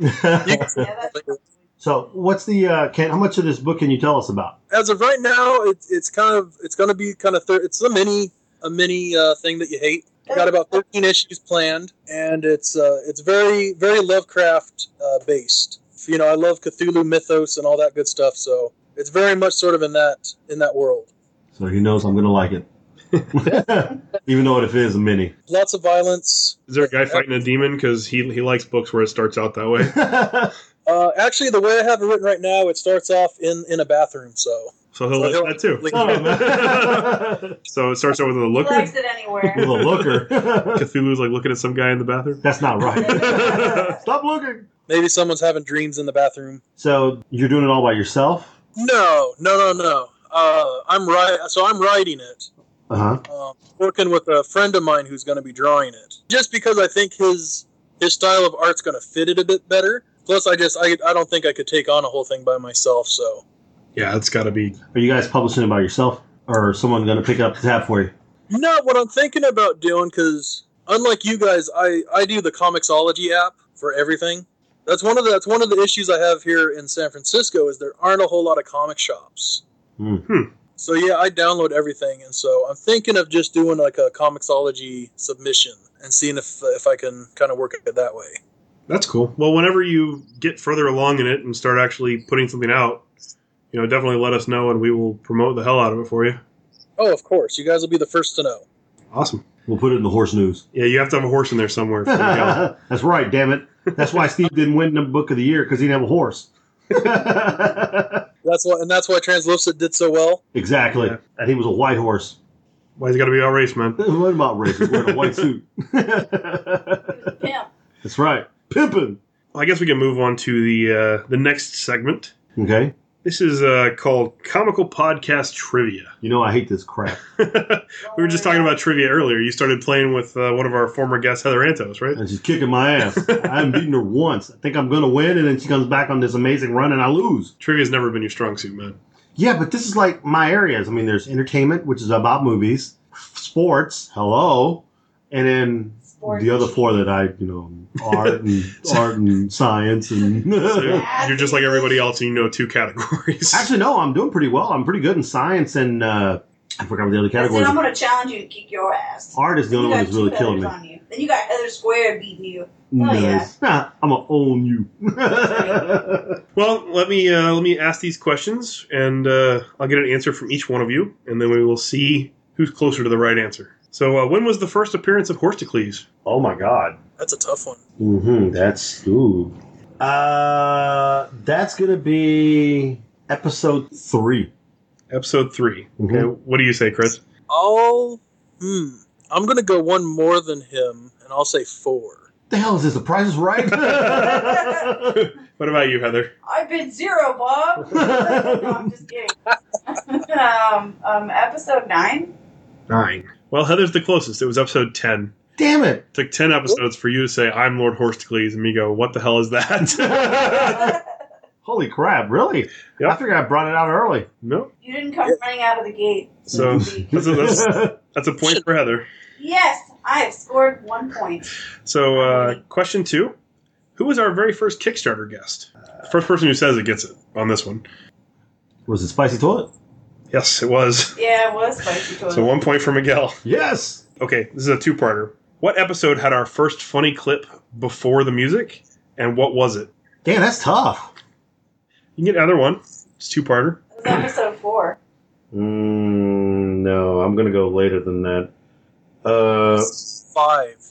[SPEAKER 3] yeah, that's
[SPEAKER 1] so, what's the uh, can? How much of this book can you tell us about?
[SPEAKER 4] As of right now, it's it's kind of it's going to be kind of thir- it's a mini a mini uh, thing that you hate. I got about 13 issues planned, and it's uh, it's very very Lovecraft uh, based. You know, I love Cthulhu mythos and all that good stuff. So it's very much sort of in that in that world.
[SPEAKER 1] So he knows I'm gonna like it, even though it is a mini.
[SPEAKER 4] Lots of violence.
[SPEAKER 2] Is there a guy fighting a demon? Because he, he likes books where it starts out that way.
[SPEAKER 4] Uh, actually, the way I have it written right now, it starts off in in a bathroom. So
[SPEAKER 2] so he'll
[SPEAKER 4] So
[SPEAKER 2] like
[SPEAKER 4] he'll-
[SPEAKER 2] that too.
[SPEAKER 4] like-
[SPEAKER 1] Son of a-
[SPEAKER 2] so it starts out with a
[SPEAKER 3] He
[SPEAKER 2] looker.
[SPEAKER 3] likes it anywhere.
[SPEAKER 1] With a looker.
[SPEAKER 2] Cthulhu's like looking at some guy in the bathroom.
[SPEAKER 1] That's not right. Stop looking.
[SPEAKER 4] Maybe someone's having dreams in the bathroom.
[SPEAKER 1] So you're doing it all by yourself?
[SPEAKER 4] No, no, no, no. Uh, I'm right. So I'm writing it.
[SPEAKER 1] Uh huh.
[SPEAKER 4] um, working with a friend of mine who's going to be drawing it just because i think his his style of art's going to fit it a bit better plus i just I, I don't think i could take on a whole thing by myself so
[SPEAKER 2] Yeah, it's got to be.
[SPEAKER 1] Are you guys publishing it by yourself, or is someone going to pick up the tab for you?
[SPEAKER 4] not what i'm thinking about doing because unlike you guys i i do the comixology app for everything that's one of the that's one of the issues i have here in san francisco is there aren't a whole lot of comic shops
[SPEAKER 1] Hmm.
[SPEAKER 2] Hmm.
[SPEAKER 4] so yeah i download everything and so i'm thinking of just doing like a comixology submission and seeing if if i can kind of work it that way
[SPEAKER 2] That's cool. Well, whenever you get further along in it and start actually putting something out, you know, definitely let us know and we will promote the hell out of it for you.
[SPEAKER 4] Oh, of course. You guys will be the first to know.
[SPEAKER 2] Awesome.
[SPEAKER 1] We'll put it in the horse news.
[SPEAKER 2] Yeah, you have to have a horse in there somewhere. For the
[SPEAKER 1] That's right, damn it. That's why Steve didn't win the book of the year because he didn't have a horse.
[SPEAKER 4] That's why, and that's why Translucid did so well.
[SPEAKER 1] exactly.
[SPEAKER 2] Yeah.
[SPEAKER 1] And he was a white horse.
[SPEAKER 2] Why has it got to be our race, man?
[SPEAKER 1] what about races? Wearing a white suit.
[SPEAKER 3] Yeah.
[SPEAKER 1] That's right. Pimpin'.
[SPEAKER 2] Well, I guess we can move on to the uh, the next segment.
[SPEAKER 1] Okay.
[SPEAKER 2] This is uh, called comical podcast trivia.
[SPEAKER 1] You know I hate this crap.
[SPEAKER 2] we were just talking about trivia earlier. You started playing with uh, one of our former guests, Heather Antos, right?
[SPEAKER 1] And she's kicking my ass. I haven't beaten her once. I think I'm going to win, and then she comes back on this amazing run, and I lose.
[SPEAKER 2] Trivia's never been your strong suit, man.
[SPEAKER 1] Yeah, but this is like my areas. I mean, there's entertainment, which is about movies, sports, hello, and then
[SPEAKER 3] Sports.
[SPEAKER 1] the other four that I, you know, art and art and science and.
[SPEAKER 2] So you're just like everybody else, and you know two categories.
[SPEAKER 1] Actually, no, I'm doing pretty well. I'm pretty good in science and uh, I forgot what the other
[SPEAKER 3] I said,
[SPEAKER 1] categories.
[SPEAKER 3] I'm
[SPEAKER 1] are.
[SPEAKER 3] going to challenge you to kick your ass.
[SPEAKER 1] Art is the only
[SPEAKER 3] You
[SPEAKER 1] one
[SPEAKER 3] got
[SPEAKER 1] that's really
[SPEAKER 3] two
[SPEAKER 1] killing me.
[SPEAKER 3] others on you. Then you got other square beating you. Oh, yeah.
[SPEAKER 1] nice. Nah, I'm gonna own you.
[SPEAKER 2] well, let me uh, let me ask these questions, and uh, I'll get an answer from each one of you, and then we will see who's closer to the right answer. So, uh, when was the first appearance of Horstocles?
[SPEAKER 1] oh my god.
[SPEAKER 4] That's a tough one.
[SPEAKER 1] Mm-hmm. That's ooh. Uh, that's gonna be episode three.
[SPEAKER 2] Episode three.
[SPEAKER 1] Mhm.
[SPEAKER 2] Okay, what do you say, Chris?
[SPEAKER 4] I'll, hmm, I'm going to go one more than him, and I'll say four.
[SPEAKER 1] the hell is this? The price is right?
[SPEAKER 2] What about you, Heather?
[SPEAKER 3] I bid zero, Bob. no, I'm just kidding. um, um, episode nine.
[SPEAKER 2] Nine. Well, Heather's the closest. It was episode ten.
[SPEAKER 1] Damn it.
[SPEAKER 2] It took ten episodes for you to say, "I'm Lord Horstocles," and me go, "What the hell is that?"
[SPEAKER 1] Holy crap, really?
[SPEAKER 2] Yep.
[SPEAKER 1] I figured I brought it out early.
[SPEAKER 2] no.
[SPEAKER 3] You didn't come running out of the gate.
[SPEAKER 2] So that's a, that's, that's a point for Heather.
[SPEAKER 3] Yes, I have scored one point.
[SPEAKER 2] So, uh, question two Who was our very first Kickstarter guest? The first person who says it gets it on this one.
[SPEAKER 1] was it Spicy Toilet?
[SPEAKER 2] Yes, it was.
[SPEAKER 3] Yeah, it was spicy toilet.
[SPEAKER 2] So, one point for Miguel.
[SPEAKER 1] Yes.
[SPEAKER 2] Okay, this is a two parter. What episode had our first funny clip before the music, and what was it?
[SPEAKER 1] Damn, that's tough.
[SPEAKER 2] You can get either one. It's two parter.
[SPEAKER 3] It was episode four.
[SPEAKER 1] Mm, no, I'm going to go later than that. Uh,
[SPEAKER 4] Five.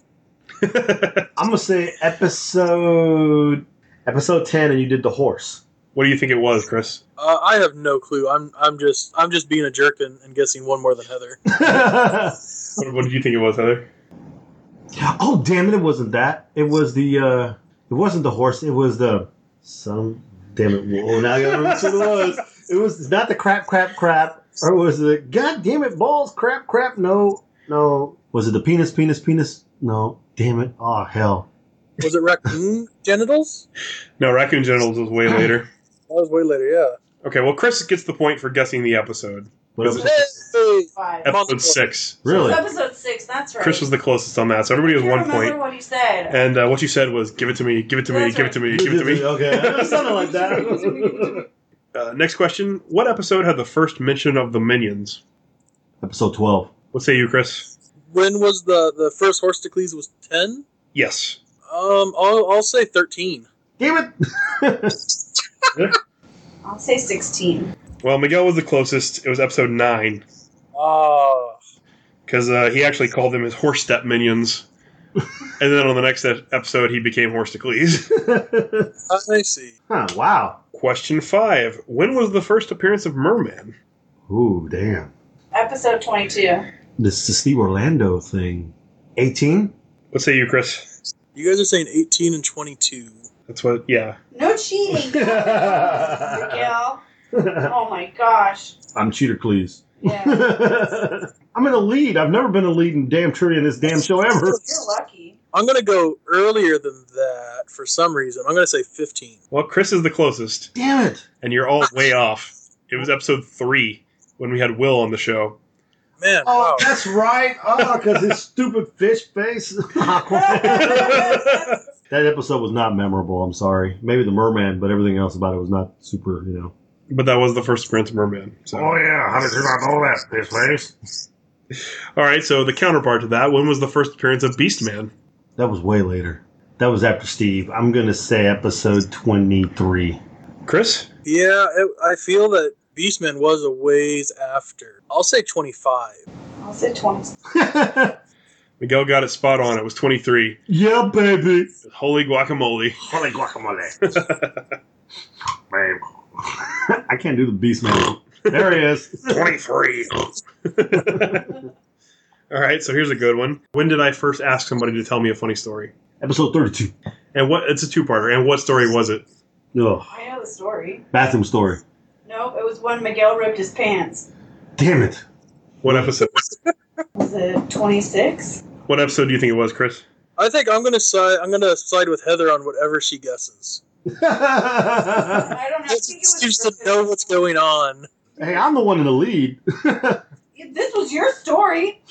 [SPEAKER 2] what
[SPEAKER 1] I'm going to say episode episode 10 and you did the horse.
[SPEAKER 2] do you think it was, Chris?
[SPEAKER 4] Uh, I have no clue. I'm, I'm just, I'm just being a jerk and, and guessing one more than Heather.
[SPEAKER 1] oh,
[SPEAKER 2] What, what did you think it was, Heather?
[SPEAKER 1] damn it, it wasn't that. It was the uh it wasn't the horse, it was the some damn it. Whoa, now I got to remember what it was. It was it's not the crap, crap, crap, or was it God damn it balls, crap, crap? No, no. Was it the penis, penis, penis? No, damn it! Oh hell!
[SPEAKER 4] Was it raccoon genitals?
[SPEAKER 2] No, Raccoon Genitals was way later.
[SPEAKER 4] That was way later, yeah.
[SPEAKER 2] Okay, well, Chris gets the point for guessing the episode.
[SPEAKER 1] What
[SPEAKER 2] Is
[SPEAKER 1] up?
[SPEAKER 4] Hey!
[SPEAKER 3] Five. It
[SPEAKER 2] Episode six.
[SPEAKER 3] was
[SPEAKER 1] Really?
[SPEAKER 3] episode six. That's right.
[SPEAKER 2] Oh, Chris was the closest on that, so everybody has
[SPEAKER 3] I can't
[SPEAKER 2] one
[SPEAKER 3] remember
[SPEAKER 2] point.
[SPEAKER 3] what he said.
[SPEAKER 2] And uh, what you said was, "Give it to me, give it to me,
[SPEAKER 3] That's
[SPEAKER 2] give it
[SPEAKER 3] right.
[SPEAKER 2] to me, give it to me."
[SPEAKER 1] Okay, it sounded like that.
[SPEAKER 2] Uh, next question: What episode had the first mention of the minions?
[SPEAKER 1] Episode twelve.
[SPEAKER 2] What say you, Chris?
[SPEAKER 4] When was the, the first Horstocles was 10?
[SPEAKER 2] Yes.
[SPEAKER 4] Um, I'll, I'll say 13.
[SPEAKER 1] Damn it!
[SPEAKER 3] I'll say sixteen.
[SPEAKER 2] Well, Miguel was the closest. It was episode nine
[SPEAKER 4] Ah,
[SPEAKER 2] because uh, he actually called them his horse step minions, and then on the next e- episode he became Horstocles.
[SPEAKER 4] I see.
[SPEAKER 1] huh, wow.
[SPEAKER 2] question five: When was the first appearance of Merman?
[SPEAKER 1] Ooh, damn.
[SPEAKER 3] Episode 22.
[SPEAKER 1] This is the Orlando thing. 18?
[SPEAKER 2] What say you, Chris?
[SPEAKER 4] You guys are saying 18 and 22.
[SPEAKER 2] That's what. Yeah.
[SPEAKER 3] No cheating. Miguel. Oh my gosh.
[SPEAKER 1] I'm cheater, please.
[SPEAKER 3] Yeah.
[SPEAKER 1] I'm in a lead. I've never been a lead in damn trivia in this damn show ever.
[SPEAKER 3] You're lucky.
[SPEAKER 4] I'm going to go earlier than that for some reason. I'm going to say 15.
[SPEAKER 2] Well, Chris is the closest,
[SPEAKER 1] Damn it.
[SPEAKER 2] and you're all way off. It was episode three when we had Will on the show.
[SPEAKER 4] Man,
[SPEAKER 1] Oh,
[SPEAKER 4] wow.
[SPEAKER 1] that's right. Oh, because his stupid fish face.
[SPEAKER 3] That's-
[SPEAKER 1] That episode was not memorable. I'm sorry. Maybe the merman, but everything else about it was not super. You know.
[SPEAKER 2] But that was the first appearance of Merman. So.
[SPEAKER 1] Oh, yeah, how did you not know that, fish face?
[SPEAKER 2] All right, so the counterpart to that, when was the first appearance of Beastman?
[SPEAKER 1] That was way later. That was after Steve. I'm gonna say episode 23.
[SPEAKER 2] Chris?
[SPEAKER 4] yeah, it, I feel that Beastman was a ways after. I'll say 25.
[SPEAKER 3] I'll say 20.
[SPEAKER 2] Miguel got it spot on. It was 23.
[SPEAKER 1] yeah, baby.
[SPEAKER 2] Holy guacamole.
[SPEAKER 1] Holy guacamole. Babe. I can't do the beast man. There he is.
[SPEAKER 2] 23. All right, so here's a good one. When did I first ask somebody to tell me a funny story?
[SPEAKER 1] Episode 32.
[SPEAKER 2] And what it's a two-parter. And what story was it?
[SPEAKER 1] No,
[SPEAKER 3] I know the story.
[SPEAKER 1] bathroom story.
[SPEAKER 3] No, it was when Miguel ripped his pants.
[SPEAKER 1] Damn it.
[SPEAKER 2] What episode?
[SPEAKER 3] Was it 26?
[SPEAKER 2] What episode do you think it was, Chris?
[SPEAKER 4] I think I'm going to side I'm going to side with Heather on whatever she guesses.
[SPEAKER 1] hey,
[SPEAKER 3] I don't know. I
[SPEAKER 4] It's
[SPEAKER 3] think it
[SPEAKER 4] an
[SPEAKER 3] was
[SPEAKER 4] excuse to know what's going on.
[SPEAKER 1] I'm the one in the lead.
[SPEAKER 3] This was your story.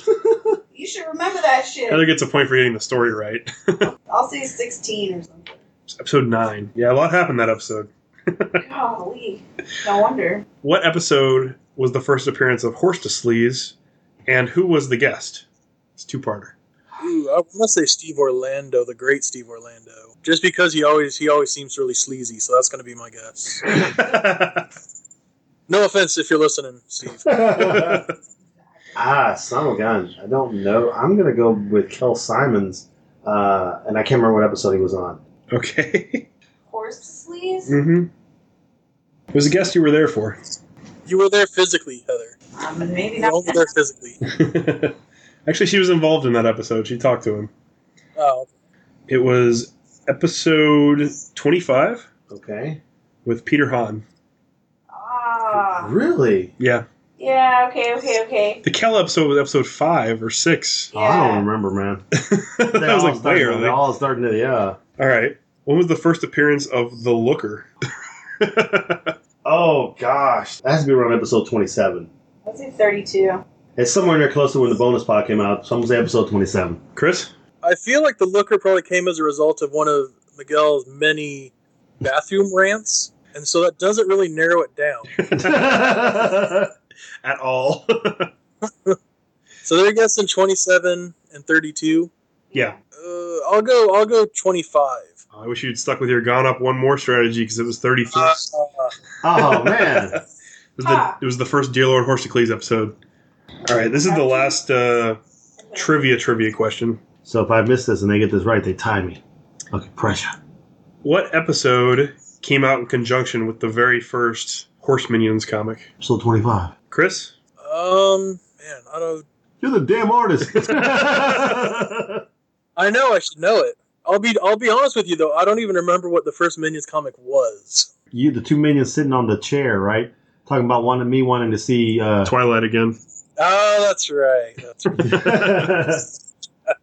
[SPEAKER 3] you should remember that
[SPEAKER 2] Heather
[SPEAKER 3] shit.
[SPEAKER 2] gets a point for getting the story right.
[SPEAKER 3] I'll say 16 or something.
[SPEAKER 2] It's episode 9. Yeah, a lot happened that episode.
[SPEAKER 3] Golly. No wonder.
[SPEAKER 2] What episode was the first appearance of Horse to Sleaze? And who was the guest? It's two-parter.
[SPEAKER 4] Ooh, I want to say Steve Orlando, the great Steve Orlando, just because he always he always seems really sleazy. So that's going to be my guess. No offense if you're listening, Steve.
[SPEAKER 1] Ah, son of a gun. I don't know. I'm going to go with Kel Simons, uh, and I can't remember what episode he was on.
[SPEAKER 2] okay.
[SPEAKER 3] Horse sleeves?
[SPEAKER 2] Mm-hmm. It was a guest you were there for.
[SPEAKER 4] You were there physically, Heather.
[SPEAKER 3] Um, and maybe
[SPEAKER 4] You were
[SPEAKER 3] not.
[SPEAKER 4] only there physically.
[SPEAKER 2] Actually, she was involved in that episode. She talked to him.
[SPEAKER 4] Oh,
[SPEAKER 2] It was episode 25
[SPEAKER 1] Okay.
[SPEAKER 2] with Peter Hahn.
[SPEAKER 3] Ah.
[SPEAKER 1] Really?
[SPEAKER 2] Yeah.
[SPEAKER 3] Yeah, okay, okay, okay.
[SPEAKER 2] The Kel episode was episode 5 or 6.
[SPEAKER 1] Oh, I don't
[SPEAKER 3] Yeah.
[SPEAKER 1] remember, man.
[SPEAKER 2] that
[SPEAKER 1] They
[SPEAKER 2] was
[SPEAKER 1] all
[SPEAKER 2] like way
[SPEAKER 1] starting to-
[SPEAKER 2] early.
[SPEAKER 1] They
[SPEAKER 2] All
[SPEAKER 1] all starting to, yeah.
[SPEAKER 2] right. When was the first appearance of The Looker?
[SPEAKER 1] Oh, gosh. That has to be around episode 27.
[SPEAKER 3] I'll say 32.
[SPEAKER 1] It's somewhere near close to when the bonus pod came out. Some say episode 27.
[SPEAKER 2] Chris?
[SPEAKER 4] I feel like the looker probably came as a result of one of Miguel's many bathroom rants, and so that doesn't really narrow it down.
[SPEAKER 2] At all.
[SPEAKER 4] So they're guessing 27 and 32.
[SPEAKER 2] Yeah.
[SPEAKER 4] Uh, I'll go. I'll go 25.
[SPEAKER 2] I wish you'd stuck with your gone up one more strategy because it was 33.
[SPEAKER 4] Uh,
[SPEAKER 1] oh, man.
[SPEAKER 2] It was, the,
[SPEAKER 3] Ah.
[SPEAKER 2] it was the first Dear Lord Horsecles episode. All right, this is the last uh,
[SPEAKER 3] Okay.
[SPEAKER 2] trivia trivia question.
[SPEAKER 1] So if I miss this and they get this right, they tie me. Okay, pressure.
[SPEAKER 2] What episode came out in conjunction with the very first Horse Minions comic?
[SPEAKER 1] Episode 25.
[SPEAKER 2] Chris?
[SPEAKER 4] um, man, I don't.
[SPEAKER 1] You're the damn artist.
[SPEAKER 4] I know I should know it. I'll be. I'll be honest with you though. I don't even remember what the first Minions comic was.
[SPEAKER 1] you, the two minions sitting on the chair, right? Talking about wanting me wanting to see. Uh,
[SPEAKER 2] Twilight again.
[SPEAKER 4] Oh, that's right. That's right.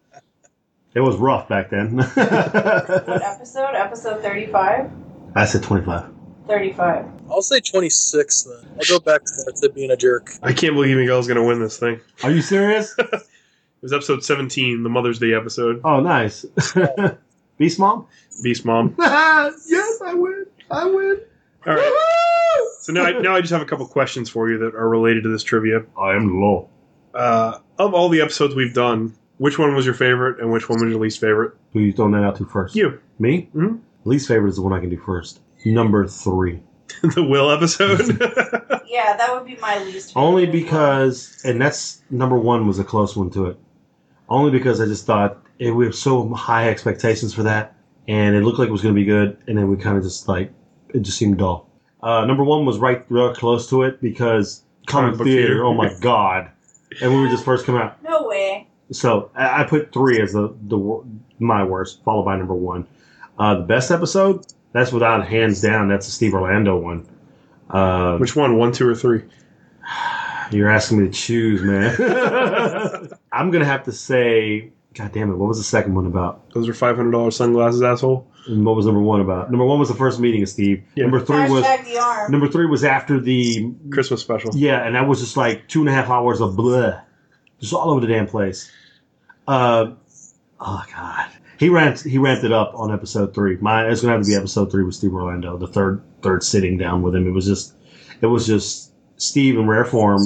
[SPEAKER 1] it was rough back then.
[SPEAKER 3] What episode? Episode 35?
[SPEAKER 1] I said 25.
[SPEAKER 3] 35.
[SPEAKER 4] I'll say 26 then. I'll go back to that to being a jerk.
[SPEAKER 2] I can't believe Miguel's going to win this thing. It
[SPEAKER 1] Are you serious?
[SPEAKER 2] was episode 17, the Mother's Day episode.
[SPEAKER 1] Oh, nice. Beast Mom?
[SPEAKER 2] Beast Mom.
[SPEAKER 1] yes, I win. I win.
[SPEAKER 2] All right. So now I, now I just have a couple questions for you that are related to this trivia.
[SPEAKER 1] I am low.
[SPEAKER 2] Uh, of all the episodes we've done, which one was your favorite and which one was your least favorite?
[SPEAKER 1] Who you throwing that out to first?
[SPEAKER 2] You.
[SPEAKER 1] Me?
[SPEAKER 2] Mhm.
[SPEAKER 1] Least favorite is the one I can do first. Number three.
[SPEAKER 2] the Will episode.
[SPEAKER 3] Yeah, that would be my least favorite.
[SPEAKER 1] Only because, and that's number one was a close one to it. Only because I just thought eh, we have so high expectations for that, and it looked like it was going to be good, and then we kind of just like it just seemed dull. Uh, number one was right real close to it because comic
[SPEAKER 2] Comic book
[SPEAKER 1] theater.
[SPEAKER 2] theater.
[SPEAKER 1] Oh my god! And we were just first coming out.
[SPEAKER 3] No way.
[SPEAKER 1] So I I put three as the the wor- my worst, followed by number one. Uh, the best episode. That's without hands down. That's the Steve Orlando one. Uh,
[SPEAKER 2] Which one? One, two, or three?
[SPEAKER 1] You're asking me to choose, man. I'm gonna have to say, God damn it! What was the second one about?
[SPEAKER 2] Those are five hundred dollars sunglasses, asshole.
[SPEAKER 1] And what was number one about? Number one was the first meeting of Steve.
[SPEAKER 2] Yeah.
[SPEAKER 1] Number three was
[SPEAKER 3] Hashtag the arm.
[SPEAKER 1] number three was after the
[SPEAKER 2] Christmas special.
[SPEAKER 1] yeah, and that was just like two and a half hours of bleh, just all over the damn place. Uh, oh god, he ramped he ramped it up on episode three. My it's gonna have to be episode three with Steve Orlando, the third third sitting down with him. It was just it was just Steve in rare form,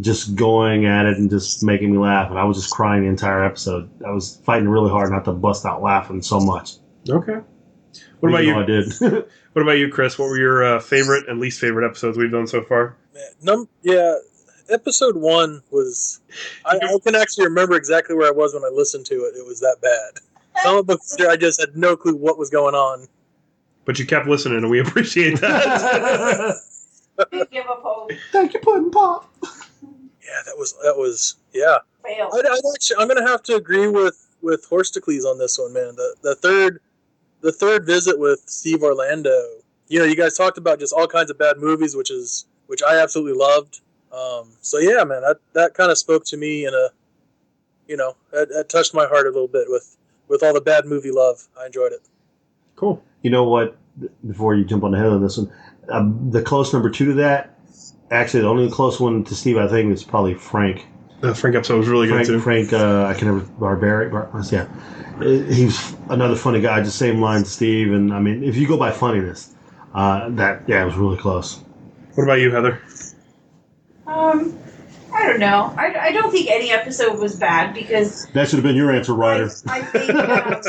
[SPEAKER 1] just going at it and just making me laugh, and I was just crying the entire episode. I was fighting really hard not to bust out laughing so much.
[SPEAKER 2] Okay. What about
[SPEAKER 1] Even
[SPEAKER 2] you?
[SPEAKER 1] though I did.
[SPEAKER 2] What about you, Chris? What were your uh, favorite and least favorite episodes we've done so far?
[SPEAKER 4] Man, num- yeah, episode one was. I, I can actually remember exactly where I was when I listened to it. It was that bad. Comic book theater, I just had no clue what was going on.
[SPEAKER 2] But you kept listening, and we appreciate that.
[SPEAKER 3] Didn't give up hope.
[SPEAKER 1] Thank you, Puddin' Pop.
[SPEAKER 4] Yeah, that was that was yeah.
[SPEAKER 3] Fail.
[SPEAKER 4] I'd, I'd actually, I'm gonna have to agree with with Horstacles on this one, man. The the third the third visit with Steve Orlando. You know, you guys talked about just all kinds of bad movies, which is which I absolutely loved. Um, so yeah, man, that that kind of spoke to me in a, you know, that, that touched my heart a little bit with with all the bad movie love. I enjoyed it.
[SPEAKER 2] cool.
[SPEAKER 1] You know what? Before you jump on the head on this one, um, the close number two to that, actually, the only close one to Steve, I think, is probably Frank.
[SPEAKER 2] The Frank episode was really good
[SPEAKER 1] Frank,
[SPEAKER 2] too.
[SPEAKER 1] Frank uh, I can never, Barbaric, Bar- yeah. Uh, He's another funny guy, just same line to Steve. And I mean, if you go by funniness, uh, that, yeah, it was really close.
[SPEAKER 2] What about you, Heather?
[SPEAKER 3] Um, I don't know. I, I don't think any episode was bad because
[SPEAKER 1] That should have been your answer,
[SPEAKER 3] I,
[SPEAKER 1] Ryder.
[SPEAKER 3] I think um,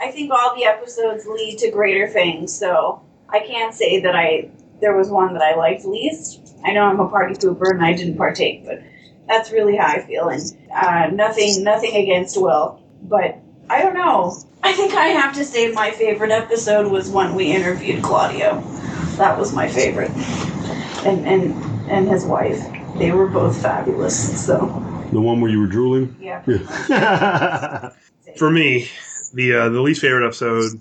[SPEAKER 3] I think all the episodes lead to greater things. So I can't say that I there was one that I liked least. I know I'm a party pooper and I didn't partake, but that's really how I feel. And uh, nothing nothing against Will, but I don't know. I think I have to say my favorite episode was when we interviewed Claudio. That was my favorite, and and and his wife. They were both fabulous. So
[SPEAKER 1] The one where you were drooling?
[SPEAKER 3] yeah.
[SPEAKER 1] Yeah.
[SPEAKER 2] For me, the uh, the least favorite episode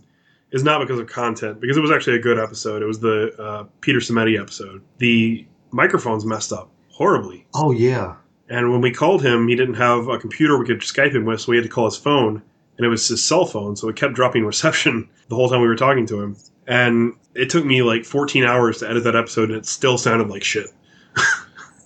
[SPEAKER 2] is not because of content, because it was actually a good episode. It was the uh, Peter Cementi episode. The microphones messed up horribly.
[SPEAKER 1] oh, yeah.
[SPEAKER 2] And when we called him, he didn't have a computer we could Skype him with, so we had to call his phone. And it was his cell phone, so it kept dropping reception the whole time we were talking to him. And it took me like 14 hours to edit that episode, and it still sounded like shit.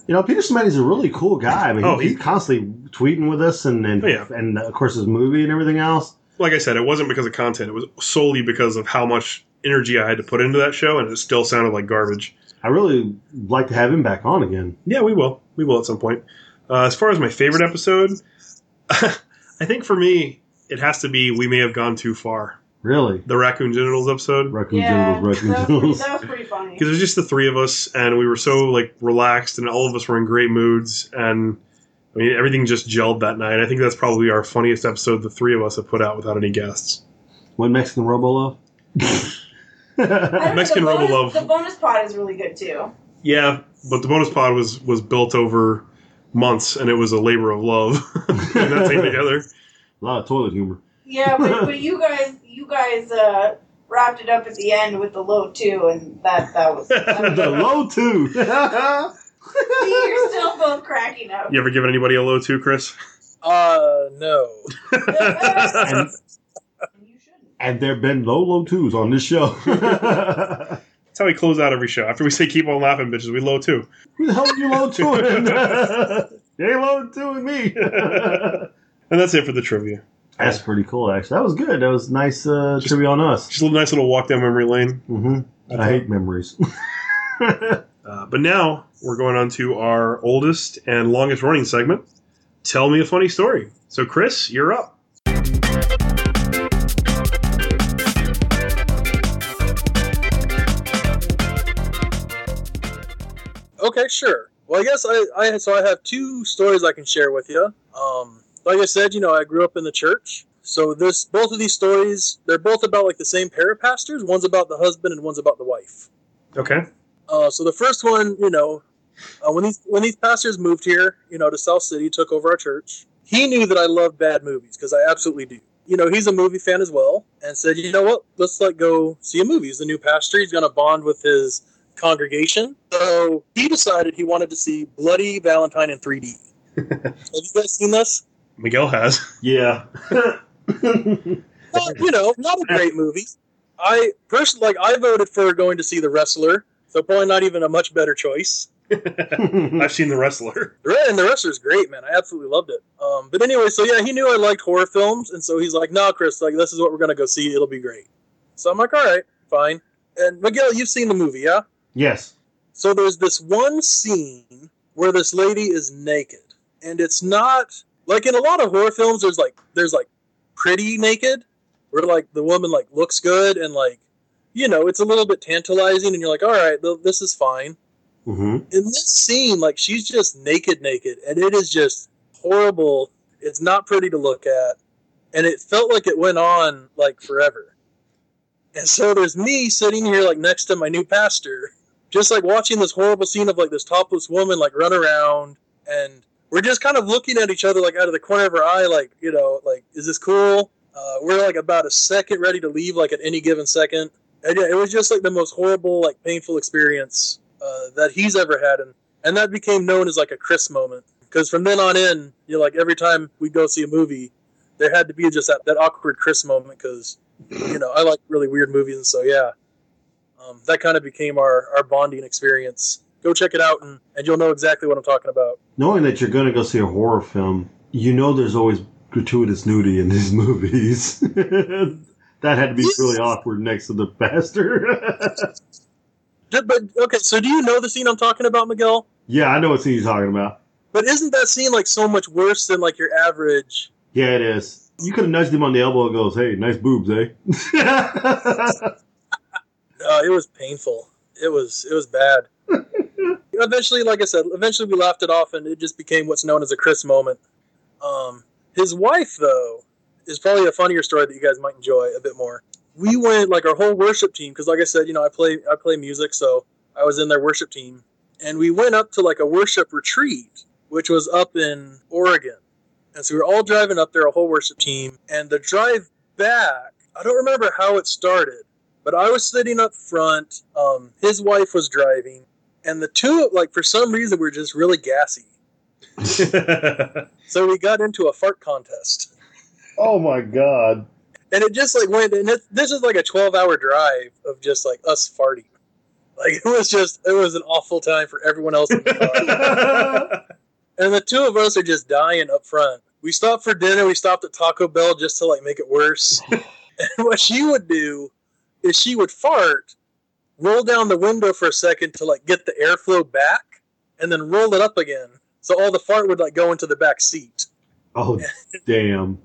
[SPEAKER 1] You know, Peter Cementi's a really cool guy. I mean,
[SPEAKER 2] Oh,
[SPEAKER 1] he's
[SPEAKER 2] he-
[SPEAKER 1] constantly tweeting with us and, and,
[SPEAKER 2] Oh, yeah.
[SPEAKER 1] and, of course, his movie and everything else.
[SPEAKER 2] Like I said, it wasn't because of content, it was solely because of how much energy I had to put into that show, and it still sounded like garbage.
[SPEAKER 1] I really like to have him back on again.
[SPEAKER 2] Yeah, we will. We will at some point. Uh, as far as my favorite episode, I think for me, it has to be We May Have Gone Too Far,
[SPEAKER 1] Really,
[SPEAKER 2] the Raccoon Genitals episode.
[SPEAKER 1] Raccoon
[SPEAKER 3] Yeah,
[SPEAKER 1] Jungles, Raccoon
[SPEAKER 3] that, was pretty,
[SPEAKER 1] Jungles.
[SPEAKER 3] that was pretty funny.
[SPEAKER 2] because it was just the three of us and we were so like relaxed and all of us were in great moods and i mean everything just gelled that night i think that's probably our funniest episode the three of us have put out without any guests
[SPEAKER 1] One Mexican Robo Love.
[SPEAKER 3] I don't know,
[SPEAKER 2] Mexican
[SPEAKER 3] the
[SPEAKER 2] Robo
[SPEAKER 3] bonus,
[SPEAKER 2] Love.
[SPEAKER 3] The bonus pod is really good too.
[SPEAKER 2] yeah but the bonus pod was was built over months and it was a labor of love putting that thing together
[SPEAKER 1] A lot of toilet humor.
[SPEAKER 3] Yeah, but, but you guys, you guys uh, wrapped it up at the end with the low two, and that that was. I mean,
[SPEAKER 1] the low two.
[SPEAKER 3] you're still both cracking up.
[SPEAKER 2] you ever given anybody a low two chris
[SPEAKER 4] Uh, no.
[SPEAKER 1] and,
[SPEAKER 2] that's
[SPEAKER 3] You shouldn't.
[SPEAKER 1] and there have been low low twos on this show. Who the
[SPEAKER 2] how we close out every show after we say keep on laughing bitches we low two
[SPEAKER 1] hell are you low twoing? you ain't low twoing me.
[SPEAKER 2] and that's it for the trivia
[SPEAKER 1] That's pretty cool, actually. That was good. That was nice uh, trivia on us.
[SPEAKER 2] just a nice little walk down memory lane
[SPEAKER 1] hmm I hate memories.
[SPEAKER 2] Uh, but now we're going on to our oldest and longest running segment. Tell me a funny story. So, Chris, you're up.
[SPEAKER 4] Okay, sure. Well, I guess I, I so I have two stories I can share with you. Um, like I said, you know, I grew up in the church, so this both of these stories they're both about like the same pair of pastors. One's about the husband and one's about the wife.
[SPEAKER 2] Okay.
[SPEAKER 4] Uh, so the first one, you know, uh, when these when these pastors moved here, you know, to South City, took over our church. He knew that I love bad movies because I absolutely do. You know, he's a movie fan as well, and said, you know what, let's like go see a movie. He's the new pastor. He's going to bond with his congregation. So he decided he wanted to see Bloody Valentine in 3D. Have you guys seen this?
[SPEAKER 2] Miguel has.
[SPEAKER 1] Yeah.
[SPEAKER 4] Not, you know, not a great movie. I personally like. I voted for going to see The Wrestler, so probably not even a much better choice.
[SPEAKER 2] I've seen the wrestler.
[SPEAKER 4] The Red and the Wrestler's great, man. I absolutely loved it. Um, but anyway, so yeah, he knew I liked horror films, and so he's like, "No, nah, Chris, like this is what we're gonna go see. It'll be great." So I'm like, "All right, fine." And Miguel, you've seen the movie, yeah?
[SPEAKER 1] yes.
[SPEAKER 4] So there's this one scene where this lady is naked, and it's not like in a lot of horror films. There's like there's like pretty naked, where like the woman like looks good and like you know it's a little bit tantalizing, and you're like, all right, th- this is fine.
[SPEAKER 1] hmm
[SPEAKER 4] In this scene, like she's just naked, naked, and it is just horrible. It's not pretty to look at, and it felt like it went on like forever. And so there's me sitting here like next to my new pastor, just like watching this horrible scene of like this topless woman like run around, and we're just kind of looking at each other like out of the corner of our eye, like you know, like is this cool? Uh, we're like about a second ready to leave, like at any given second. And yeah, it was just like the most horrible, like painful experience uh, that he's ever had, and and that became known as like a Chris moment. Because from then on in, you know, like every time we go see a movie, there had to be just that, that awkward Chris moment. Because you know, I like really weird movies, and so yeah, um, that kind of became our our bonding experience. Go check it out, and, and you'll know exactly what I'm talking about.
[SPEAKER 1] Knowing that you're going to go see a horror film, you know there's always gratuitous nudity in these movies. that had to be really awkward next to the pastor.
[SPEAKER 4] Did- But okay, so do you know the scene I'm talking about, Miguel?
[SPEAKER 1] yeah, I know what scene you're talking about.
[SPEAKER 4] But isn't that scene like so much worse than like your average
[SPEAKER 1] Yeah, it is. You could have nudged him on the elbow and goes, hey, nice boobs, eh?
[SPEAKER 4] uh, it was painful. It was it was bad. eventually, like I said, eventually we laughed it off, and it just became what's known as a Chris moment. Um, his wife, though, is probably a funnier story that you guys might enjoy a bit more. We went like our whole worship team because, like I said, you know I play I play music, so I was in their worship team, and we went up to like a worship retreat, which was up in Oregon, and so we were all driving up there, a whole worship team, and the drive back. I don't remember how it started but I was sitting up front. Um, his wife was driving, and the two, like for some reason, were just really gassy. So we got into a fart contest,
[SPEAKER 1] oh my God.
[SPEAKER 4] and it just like went. And it, this is like a twelve-hour drive of just like us farting. Like it was just, it was an awful time for everyone else. In the car. and the two of us are just dying up front. We stopped for dinner. We stopped at Taco Bell just to like make it worse. and what she would do is she would fart, roll down the window for a second to like get the airflow back, and then roll it up again. So all the fart would like go into the back seat.
[SPEAKER 1] Oh, damn.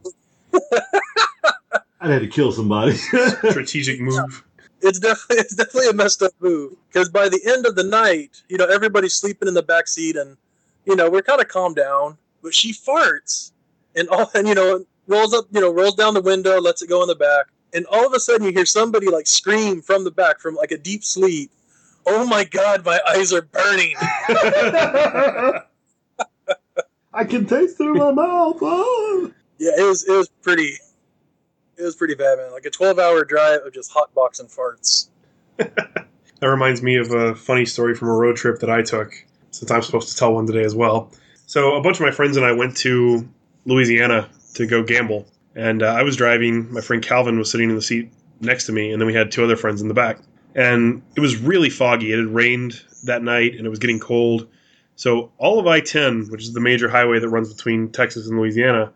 [SPEAKER 1] I'd had to kill somebody.
[SPEAKER 2] Strategic move.
[SPEAKER 4] It's definitely it's definitely a messed up move because by the end of the night, you know everybody's sleeping in the back seat, and you know we're kind of calmed down. But she farts, and all and you know rolls up, you know rolls down the window, lets it go in the back, and all of a sudden you hear somebody like scream from the back from like a deep sleep. Oh my God, my eyes are burning.
[SPEAKER 1] I can taste through my mouth. Oh.
[SPEAKER 4] yeah, it was it was pretty, it was pretty bad, man. Like a twelve hour drive of just hot boxing farts.
[SPEAKER 2] That reminds me of a funny story from a road trip that I took, since I'm supposed to tell one today as well. So, a bunch of my friends and I went to Louisiana to go gamble. And uh, I was driving, my friend Calvin was sitting in the seat next to me, and then we had two other friends in the back. And it was really foggy. It had rained that night, and it was getting cold. So, all of I 10, which is the major highway that runs between Texas and Louisiana,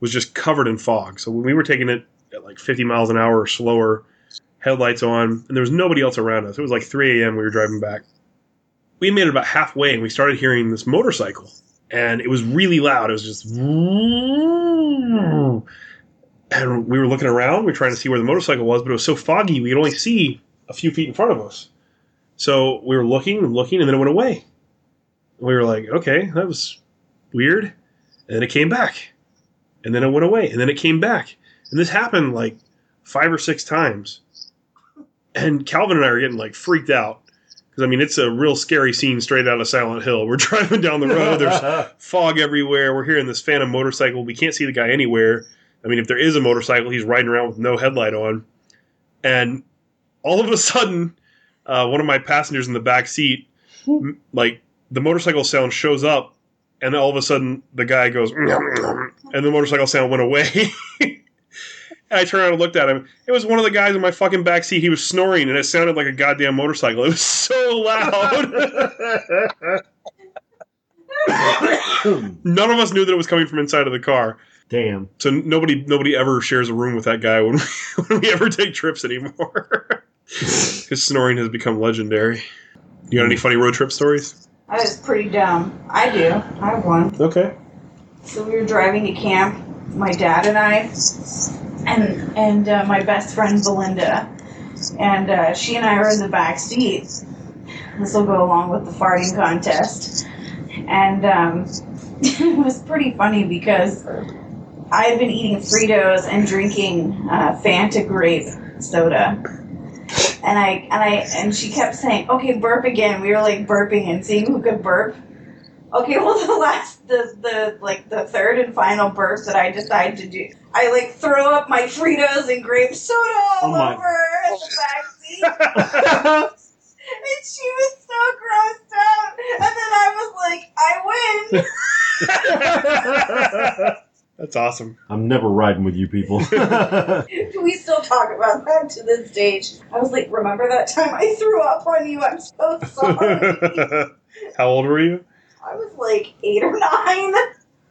[SPEAKER 2] was just covered in fog. So, when we were taking it at like 50 miles an hour or slower, headlights on, and there was nobody else around us. It was like 3 a.m. We were driving back. We made it about halfway, and we started hearing this motorcycle, and it was really loud. It was just, and we were looking around. We were trying to see where the motorcycle was, but it was so foggy we could only see a few feet in front of us. So we were looking and looking, and then it went away. We were like, okay, that was weird. And then it came back, and then it went away, and then it came back. And this happened like five or six times and Calvin and I were getting like freaked out. Because I mean, it's a real scary scene straight out of Silent Hill. We're driving down the road. There's fog everywhere. We're hearing this phantom motorcycle. We can't see the guy anywhere. I mean, if there is a motorcycle, he's riding around with no headlight on. And all of a sudden, uh, one of my passengers in the back seat, m- like the motorcycle sound shows up, and all of a sudden the guy goes, and the motorcycle sound went away. and I turned around and looked at him. It was one of the guys in my fucking back seat. He was snoring, and it sounded like a goddamn motorcycle. It was so loud. None of us knew that it was coming from inside of the car.
[SPEAKER 1] Damn.
[SPEAKER 2] So nobody nobody ever shares a room with that guy when we, when we ever take trips anymore. His snoring has become legendary. You got any funny road trip stories?
[SPEAKER 3] That is pretty dumb. I do. I have one.
[SPEAKER 1] Okay.
[SPEAKER 3] So we were driving to camp, my dad and I, and and uh, my best friend Belinda, and uh, she and I were in the back seat. This will go along with the farting contest, and um, it was pretty funny because I had been eating Fritos and drinking uh, Fanta grape soda. And I and I and she kept saying, "Okay, burp again." We were like burping and seeing who could burp Okay, well the last the the like the third and final burst that I decide to do I like throw up my Fritos and grape soda all
[SPEAKER 1] Oh my-
[SPEAKER 3] over in the back seat and she was so grossed out and then I was like, I win
[SPEAKER 2] That's awesome.
[SPEAKER 1] I'm never riding with you people.
[SPEAKER 3] we still talk about that to this stage. I was like, remember that time I threw up on you? I'm so sorry.
[SPEAKER 2] How old were you?
[SPEAKER 3] I was like eight or nine.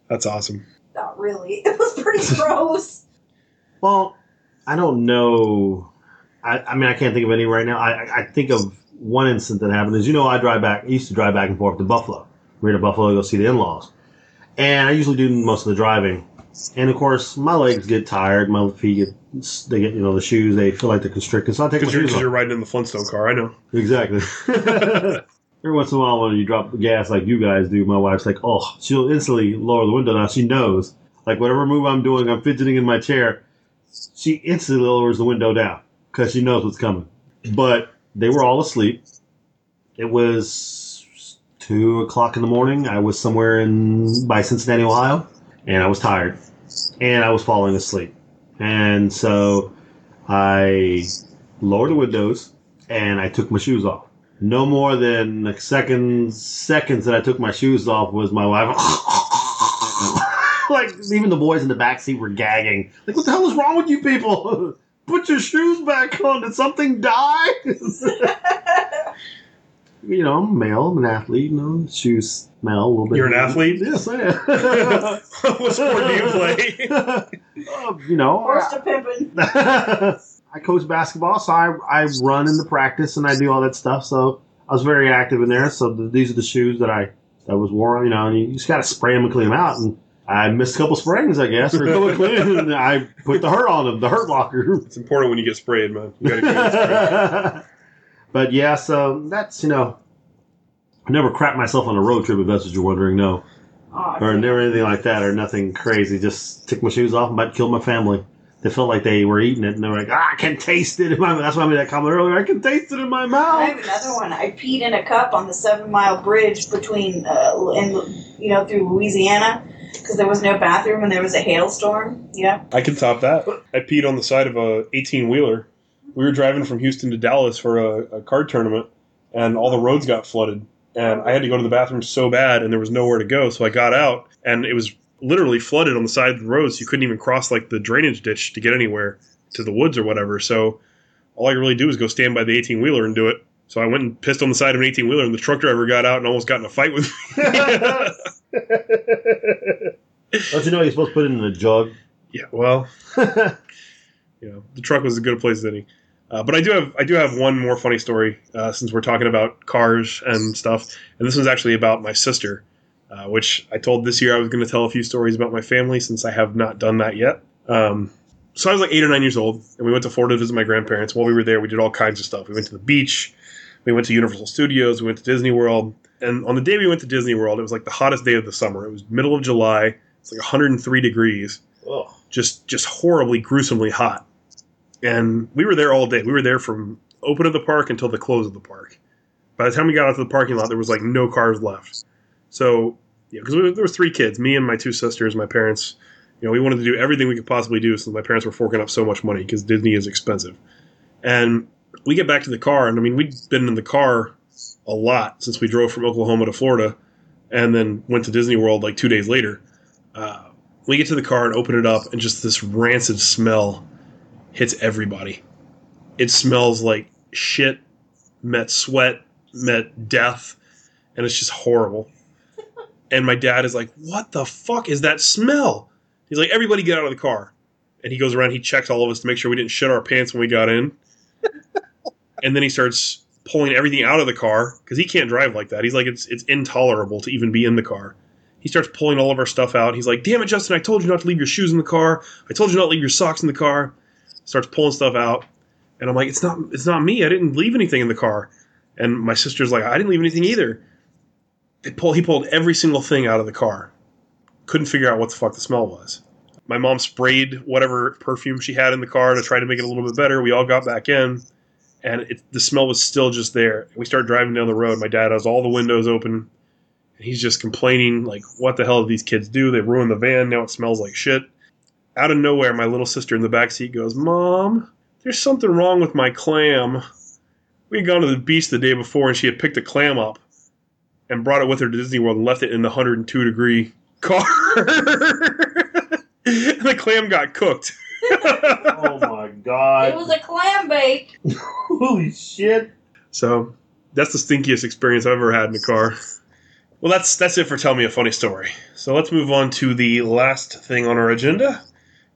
[SPEAKER 2] That's awesome.
[SPEAKER 3] Not really. It was pretty gross.
[SPEAKER 1] Well, I don't know. I, I mean, I can't think of any right now. I, I- I think of one incident that happened. As you know, I drive back. I used to drive back and forth to Buffalo. We're to Buffalo to go see the in-laws, and I usually do most of the driving. And of course, my legs get tired. My feet get they get you know the shoes. They feel like they're constricted. So I take my
[SPEAKER 2] Because you're,
[SPEAKER 1] shoes
[SPEAKER 2] 'cause
[SPEAKER 1] off.
[SPEAKER 2] you're riding in the Flintstone car, I know.
[SPEAKER 1] Exactly. Every once in a while, when you drop the gas like you guys do, my wife's like, "Oh, she'll instantly lower the window." Now she knows, like whatever move I'm doing, I'm fidgeting in my chair. She instantly lowers the window down because she knows what's coming. But they were all asleep. It was two o'clock in the morning. I was somewhere in by Cincinnati, Ohio, and I was tired, and I was falling asleep. And so I lowered the windows and I took my shoes off. No more than a second seconds that I took my shoes off was my wife. like even the boys in the back seat were gagging. Like what the hell is wrong with you people? Put your shoes back on. Did something die? you know, I'm male. I'm an athlete. You know, shoes smell a little bit.
[SPEAKER 2] You're an athlete?
[SPEAKER 1] Yes, I am.
[SPEAKER 2] what sport do you play?
[SPEAKER 1] Uh, you know,
[SPEAKER 3] Horse to pimpin'.
[SPEAKER 1] I coach basketball, so I, I run in the practice and I do all that stuff. So I was very active in there. So th these are the shoes that I that was worn. You know, and you, you just got to spray them and clean them out. And I missed a couple springs, I guess, or a couple cleans, and I put the hurt on them, the hurt locker.
[SPEAKER 2] It's important when you get sprayed, man. You gotta get sprayed.
[SPEAKER 1] but yeah, so that's you know, I never crap myself on a road trip if that's what you're wondering. No,
[SPEAKER 3] Aw,
[SPEAKER 1] or never anything like that, or nothing crazy. Just took my shoes off and about killed my family. They felt like they were eating it, and they were like, ah, "I can taste it." In my mouth. That's why I made that comment earlier. I can taste it in my
[SPEAKER 3] I
[SPEAKER 1] mouth.
[SPEAKER 3] have another one. I peed in a cup on the Seven Mile Bridge between, uh, and you know, through Louisiana because there was no bathroom and there was a hailstorm. Yeah.
[SPEAKER 2] I can top that. I peed on the side of a 18 wheeler. We were driving from Houston to Dallas for a, a card tournament, and all the roads got flooded. And I had to go to the bathroom so bad, and there was nowhere to go. So I got out, and it was literally flooded on the side of the road. So you couldn't even cross like the drainage ditch to get anywhere to the woods or whatever. So all I could really do was go stand by the 18 wheeler and do it. So I went and pissed on the side of an 18 wheeler, and the truck driver got out and almost got in a fight with me.
[SPEAKER 1] Don't you know you're supposed to put it in a jug?
[SPEAKER 2] yeah, well, you know, the truck was as good a place as any. Uh, but I do have I do have one more funny story uh, since we're talking about cars and stuff, and this one's actually about my sister, uh, which I told this year I was going to tell a few stories about my family since I have not done that yet. Um, so I was like eight or nine years old, and we went to Florida to visit my grandparents. While we were there, we did all kinds of stuff. We went to the beach, we went to Universal Studios, we went to Disney World, and on the day we went to Disney World, it was like the hottest day of the summer. It was middle of July. It's like 103 degrees
[SPEAKER 1] oh,
[SPEAKER 2] just just horribly gruesomely hot and we were there all day we were there from open of the park until the close of the park By the time we got out to the parking lot, there was like no cars left. So, yeah, because there were three kids, me and my two sisters, my parents. You know, we wanted to do everything we could possibly do since my parents were forking up so much money because Disney is expensive. And we get back to the car, and I mean, we'd been in the car a lot since we drove from Oklahoma to Florida, and then went to Disney World like two days later. Uh, we get to the car and open it up, and just this rancid smell hits everybody. It smells like shit met sweat met death, and it's just horrible. And my dad is like, "What the fuck is that smell?" He's like, "Everybody get out of the car." And he goes around, he checks all of us to make sure we didn't shit our pants when we got in. and then he starts pulling everything out of the car because he can't drive like that. He's like, it's it's intolerable to even be in the car. He starts pulling all of our stuff out. He's like, "Damn it, Justin! I told you not to leave your shoes in the car. I told you not to leave your socks in the car." Starts pulling stuff out, and I'm like, "It's not it's not me. I didn't leave anything in the car." And my sister's like, "I didn't leave anything either." They pull he pulled every single thing out of the car. Couldn't figure out what the fuck the smell was. My mom sprayed whatever perfume she had in the car to try to make it a little bit better. We all got back in and it, the smell was still just there. We started driving down the road. My dad has all the windows open, and he's just complaining, like, "What the hell did these kids do? They ruined the van. Now it smells like shit." Out of nowhere, my little sister in the back seat goes, "Mom, there's something wrong with my clam." We had gone to the beach the day before, and she had picked a clam up and brought it with her to Disney World and left it in the 102 degree car. and the clam got cooked.
[SPEAKER 1] oh my god!
[SPEAKER 3] It was a clam bake.
[SPEAKER 1] Holy shit!
[SPEAKER 2] So that's the stinkiest experience I've ever had in a car. Well, that's that's it for tell me a funny story. So let's move on to the last thing on our agenda: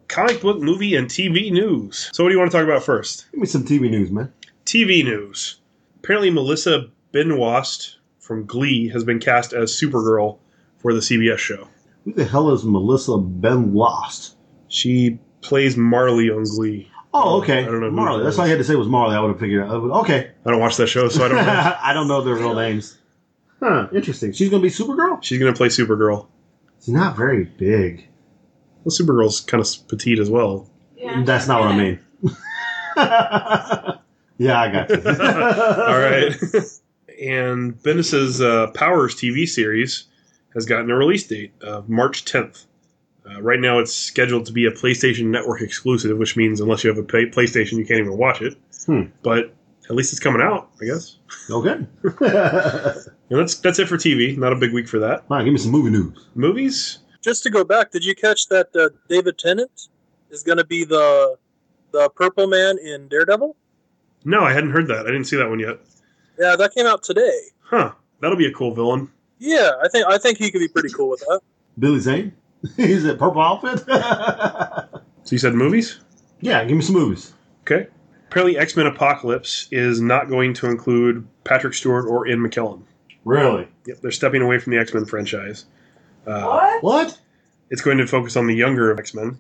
[SPEAKER 2] comic book, movie, and TV news. So what do you want to talk about first?
[SPEAKER 1] Give me some TV news, man.
[SPEAKER 2] TV news. Apparently, Melissa Benoist from Glee has been cast as Supergirl for the CBS show.
[SPEAKER 1] Who the hell is Melissa Ben Lost?
[SPEAKER 2] She plays Marley on Glee.
[SPEAKER 1] Oh, okay.
[SPEAKER 2] I don't know who
[SPEAKER 1] Marley.
[SPEAKER 2] that
[SPEAKER 1] That's
[SPEAKER 2] is.
[SPEAKER 1] all I had to say was Marley. I would have figured out. I would- Okay.
[SPEAKER 2] I don't watch that show, so I don't know.
[SPEAKER 1] I don't know their real names. Huh. Interesting. She's going to be Supergirl?
[SPEAKER 2] She's gonna play Supergirl.
[SPEAKER 1] She's not very big.
[SPEAKER 2] Well, Supergirl's kind of petite as well.
[SPEAKER 3] Yeah.
[SPEAKER 1] That's not what I mean. yeah, I got you.
[SPEAKER 2] All right. and Bendis's uh, Powers TV series has gotten a release date of March 10th. Uh, right now, it's scheduled to be a PlayStation Network exclusive, which means unless you have a pay- PlayStation, you can't even watch it.
[SPEAKER 1] Hmm.
[SPEAKER 2] But at least it's coming out, I guess.
[SPEAKER 1] Okay.
[SPEAKER 2] And that's that's it for TV. Not a big week for that.
[SPEAKER 1] Come on, give me some movie news.
[SPEAKER 2] Movies.
[SPEAKER 4] Just to go back, did you catch that uh, David Tennant is going to be the the Purple Man in Daredevil?
[SPEAKER 2] No, I hadn't heard that. I didn't see that one yet.
[SPEAKER 4] Yeah, that came out today.
[SPEAKER 2] Huh? That'll be a cool villain.
[SPEAKER 4] Yeah, I think I think he could be pretty cool with that.
[SPEAKER 1] Billy Zane? He's in purple outfit?
[SPEAKER 2] So you said movies.
[SPEAKER 1] yeah, give me some movies.
[SPEAKER 2] Okay. Apparently, X Men Apocalypse is not going to include Patrick Stewart or Ian McKellen.
[SPEAKER 1] Really?
[SPEAKER 2] Yep, they're stepping away from the X Men franchise. Uh,
[SPEAKER 3] What?
[SPEAKER 1] What?
[SPEAKER 2] it's going to focus on the younger X Men,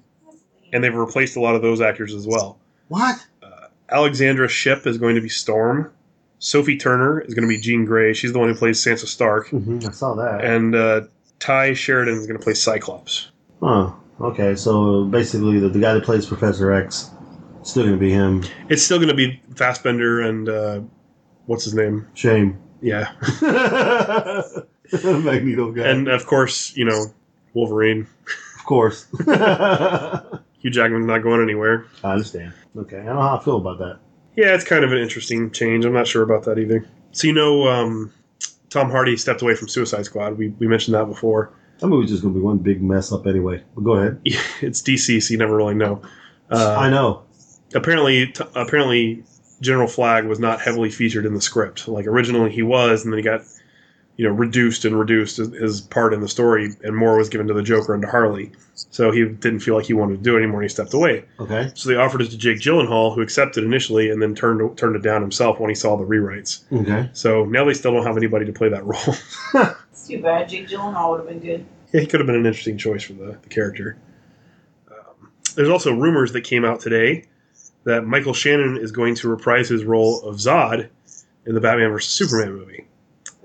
[SPEAKER 2] and they've replaced a lot of those actors as well.
[SPEAKER 1] What?
[SPEAKER 2] Alexandra Ship is going to be Storm. Sophie Turner is going to be Jean Grey. She's the one who plays Sansa Stark.
[SPEAKER 1] Mm-hmm, I saw that.
[SPEAKER 2] And uh, Ty Sheridan is going to play Cyclops.
[SPEAKER 1] Huh. Okay, so basically, the, the guy that plays Professor X, still going to be him.
[SPEAKER 2] It's still going to be Fassbender and uh, what's his name?
[SPEAKER 1] Shame.
[SPEAKER 2] Yeah,
[SPEAKER 1] Magneto guy.
[SPEAKER 2] and of course, you know, Wolverine.
[SPEAKER 1] of course. I
[SPEAKER 2] Hugh Jackman's not going anywhere.
[SPEAKER 1] understand. Okay, I don't know how I feel about that.
[SPEAKER 2] Yeah, it's kind of an interesting change. I'm not sure about that either. So you know, um, Tom Hardy stepped away from Suicide Squad. We, we mentioned that before.
[SPEAKER 1] That movie's just going to be one big mess up anyway. But go ahead.
[SPEAKER 2] It's DC, so you never really know.
[SPEAKER 1] I
[SPEAKER 2] Uh,
[SPEAKER 1] know.
[SPEAKER 2] apparently, t- apparently, General Flag was not heavily featured in the script. Like originally he was, and then he got you know reduced and reduced his- his part in the story, and more was given to the Joker and to Harley. So he didn't feel like he wanted to do it anymore, and he stepped away.
[SPEAKER 1] Okay.
[SPEAKER 2] So they offered it to Jake Gyllenhaal, who accepted initially, and then turned turned it down himself when he saw the rewrites.
[SPEAKER 1] Okay.
[SPEAKER 2] So now they still don't have anybody to play that role.
[SPEAKER 3] It's too bad. Jake Gyllenhaal would have been good.
[SPEAKER 2] yeah, he could have been an interesting choice for the, the character. Um, there's also rumors that came out today that Michael Shannon is going to reprise his role of Zod in the Batman vs Superman movie,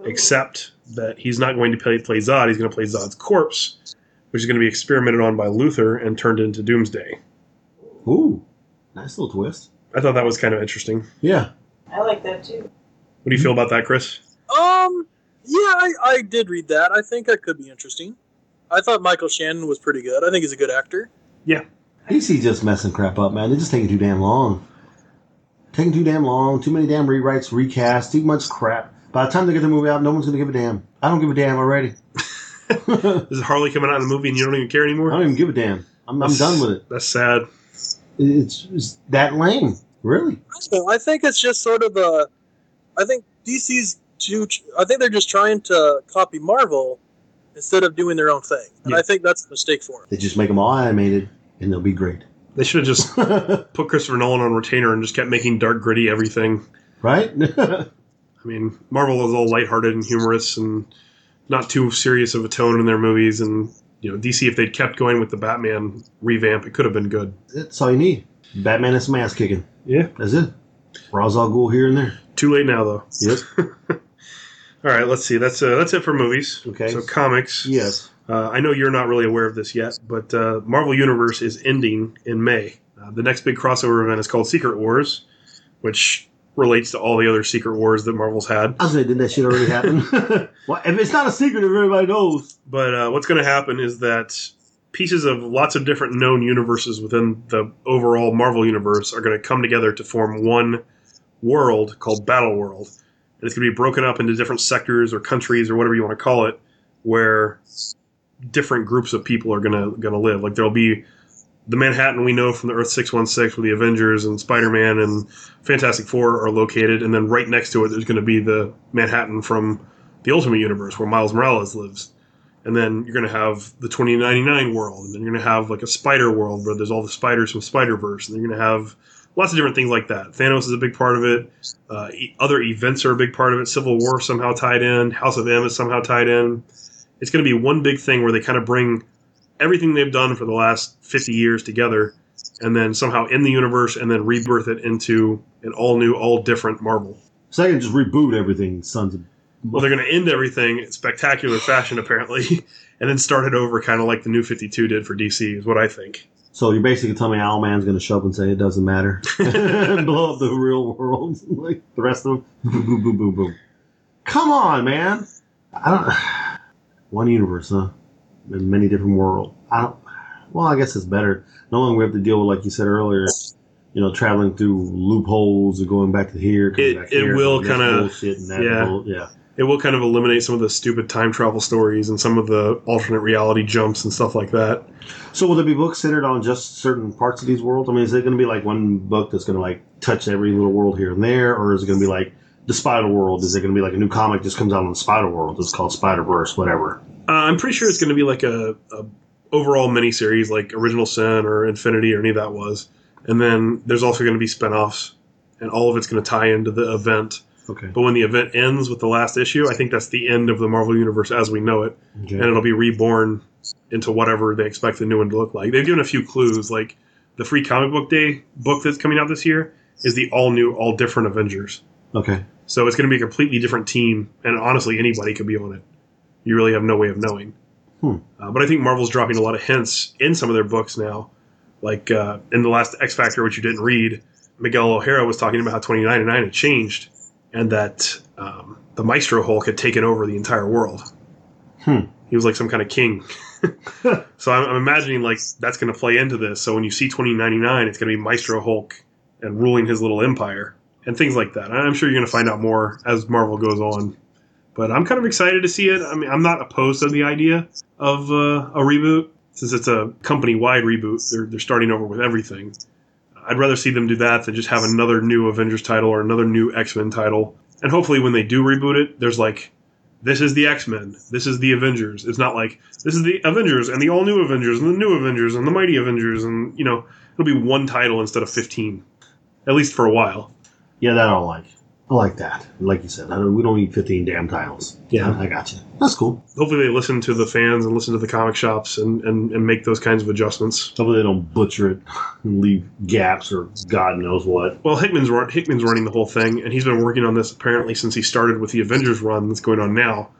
[SPEAKER 3] Ooh.
[SPEAKER 2] except that he's not going to play, play Zod. He's going to play Zod's corpse, which is going to be experimented on by Luther and turned into Doomsday.
[SPEAKER 1] Ooh. Nice little twist.
[SPEAKER 2] I thought that was kind of interesting.
[SPEAKER 1] Yeah.
[SPEAKER 3] I like that too.
[SPEAKER 2] What do you feel about that, Chris?
[SPEAKER 4] Um, yeah, I, I did read that. I think that could be interesting. I thought Michael Shannon was pretty good. I think he's a good actor.
[SPEAKER 1] DC just messing crap up, man. They're just taking too damn long. Taking too damn long. Too many damn rewrites, recast, too much crap. By the time they get the movie out, no one's gonna give a damn. I don't give a damn already. I
[SPEAKER 2] Is Harley coming out in the movie and you don't even care anymore?
[SPEAKER 1] don't even give a damn. I'm, I'm done with it.
[SPEAKER 2] That's sad.
[SPEAKER 1] It's, it's that lame, really.
[SPEAKER 4] I don't know. I think it's just sort of a. I think DC's too. I think they're just trying to copy Marvel instead of doing their own thing, and
[SPEAKER 2] Yeah.
[SPEAKER 4] I think that's a mistake for them.
[SPEAKER 1] They just make them all animated, and they'll be great,
[SPEAKER 2] They should have just put Christopher Nolan on retainer and just kept making dark, gritty everything.
[SPEAKER 1] right?
[SPEAKER 2] I mean, Marvel is all lighthearted and humorous and not too serious of a tone in their movies. And you know, DC, if they'd kept going with the Batman revamp, it could have been good.
[SPEAKER 1] That's all you need. Batman and some ass kicking.
[SPEAKER 2] Yeah.
[SPEAKER 1] that's it. Ra's al Ghul here and there.
[SPEAKER 2] Too late now, though.
[SPEAKER 1] Yes,
[SPEAKER 2] All right, let's see. That's uh, that's it for movies.
[SPEAKER 1] Okay.
[SPEAKER 2] So comics.
[SPEAKER 1] yes.
[SPEAKER 2] Uh, I know you're not really aware of this yet, but uh, Marvel Universe is ending in May. Uh, the next big crossover event is called Secret Wars, which relates to all the other Secret Wars that Marvel's had.
[SPEAKER 1] I was gonna did that shit already happen? well, if it's not a secret, if everybody knows.
[SPEAKER 2] But uh, what's going to happen is that pieces of lots of different known universes within the overall Marvel universe are going to come together to form one world called Battle World. And it's going to be broken up into different sectors or countries or whatever you want to call it, where different groups of people are going to going to live. Like there'll be the Manhattan we know from the Earth 616 where the Avengers and Spider-Man and Fantastic Four are located and then right next to it there's going to be the Manhattan from the Ultimate Universe where Miles Morales lives and then you're going to have the 2099 world, and then you're going to have like a spider world where there's all the spiders from Spider Verse, and you're going to have lots of different things like that. Thanos is a big part of it. Uh, e- other events are a big part of it. Civil War somehow tied in. House of M is somehow tied in. It's going to be one big thing where they kind of bring everything they've done for the last 50 years together, and then somehow in the universe, and then rebirth it into an all new, all different Marvel.
[SPEAKER 1] So I can just reboot everything, sons of.
[SPEAKER 2] Well, they're going to end everything in spectacular fashion, apparently, and then start it over, kind of like the New Fifty Two did for DC, is what I think.
[SPEAKER 1] So you're basically telling me Owlman's going to show up and say it doesn't matter, and blow up the real world, like the rest of them. Boom, boom, boom, boom, boom. Come on, man. I don't. One universe, huh? In many different world. I don't. Well, I guess it's better. No longer we have to deal with, like you said earlier, you know, traveling through loopholes and going back to here. coming
[SPEAKER 2] It-
[SPEAKER 1] back
[SPEAKER 2] it
[SPEAKER 1] here,
[SPEAKER 2] will
[SPEAKER 1] and this
[SPEAKER 2] kinda-
[SPEAKER 1] bullshit and that.
[SPEAKER 2] yeah.
[SPEAKER 1] bull- yeah.
[SPEAKER 2] It will kind of eliminate some of the stupid time travel stories and some of the alternate reality jumps and stuff like that.
[SPEAKER 1] So will there be books centered on just certain parts of these worlds? I mean, is it going to be like one book that's going to like touch every little world here and there, or is it going to be like the Spider World? Is it going to be like a new comic just comes out on the Spider World? It's called Spider Verse, whatever.
[SPEAKER 2] Uh, I'm pretty sure it's going to be like a, a overall miniseries, like Original Sin or Infinity or any of that was, and then there's also going to be spinoffs, and all of it's going to tie into the event.
[SPEAKER 1] Okay.
[SPEAKER 2] But when the event ends with the last issue, I think that's the end of the Marvel Universe as we know it. and it'll be reborn into whatever they expect the new one to look like. They've given a few clues, like the free comic book day book that's coming out this year is the all new, all different Avengers.
[SPEAKER 1] Okay.
[SPEAKER 2] So it's going to be a completely different team, and honestly, anybody could be on it. You really have no way of knowing.
[SPEAKER 1] Hmm.
[SPEAKER 2] Uh, but I think Marvel's dropping a lot of hints in some of their books now. Like uh, in the last X Factor, which you didn't read, Miguel O'Hara was talking about how 2099 had changed and that um, the Maestro Hulk had taken over the entire world.
[SPEAKER 1] Hmm.
[SPEAKER 2] He was like some kind of king. so I'm, I'm imagining like that's going to play into this. So when you see 2099, it's going to be Maestro Hulk and ruling his little empire and things like that. And I'm sure you're going to find out more as Marvel goes on. But I'm kind of excited to see it. I mean, I'm not opposed to the idea of uh, a reboot since it's a company wide reboot. They're, they're starting over with everything. I'd rather see them do that than just have another new Avengers title or another new X Men title. And hopefully, when they do reboot it, there's like, this is the X Men, this is the Avengers. It's not like this is the Avengers and the all new Avengers and the new Avengers and the Mighty Avengers, and you know, it'll be one title instead of fifteen, at least for a while.
[SPEAKER 1] Yeah, that I don't like. I like that. Like you said, I don't, we don't need 15 damn titles.
[SPEAKER 2] Yeah.
[SPEAKER 1] I, I got you. That's cool.
[SPEAKER 2] Hopefully, they listen to the fans and listen to the comic shops and and, and make those kinds of adjustments.
[SPEAKER 1] Hopefully they don't butcher it and leave gaps or God knows what.
[SPEAKER 2] Well, Hickman's run, Hickman's running the whole thing, and he's been working on this apparently since he started with the Avengers run that's going on now,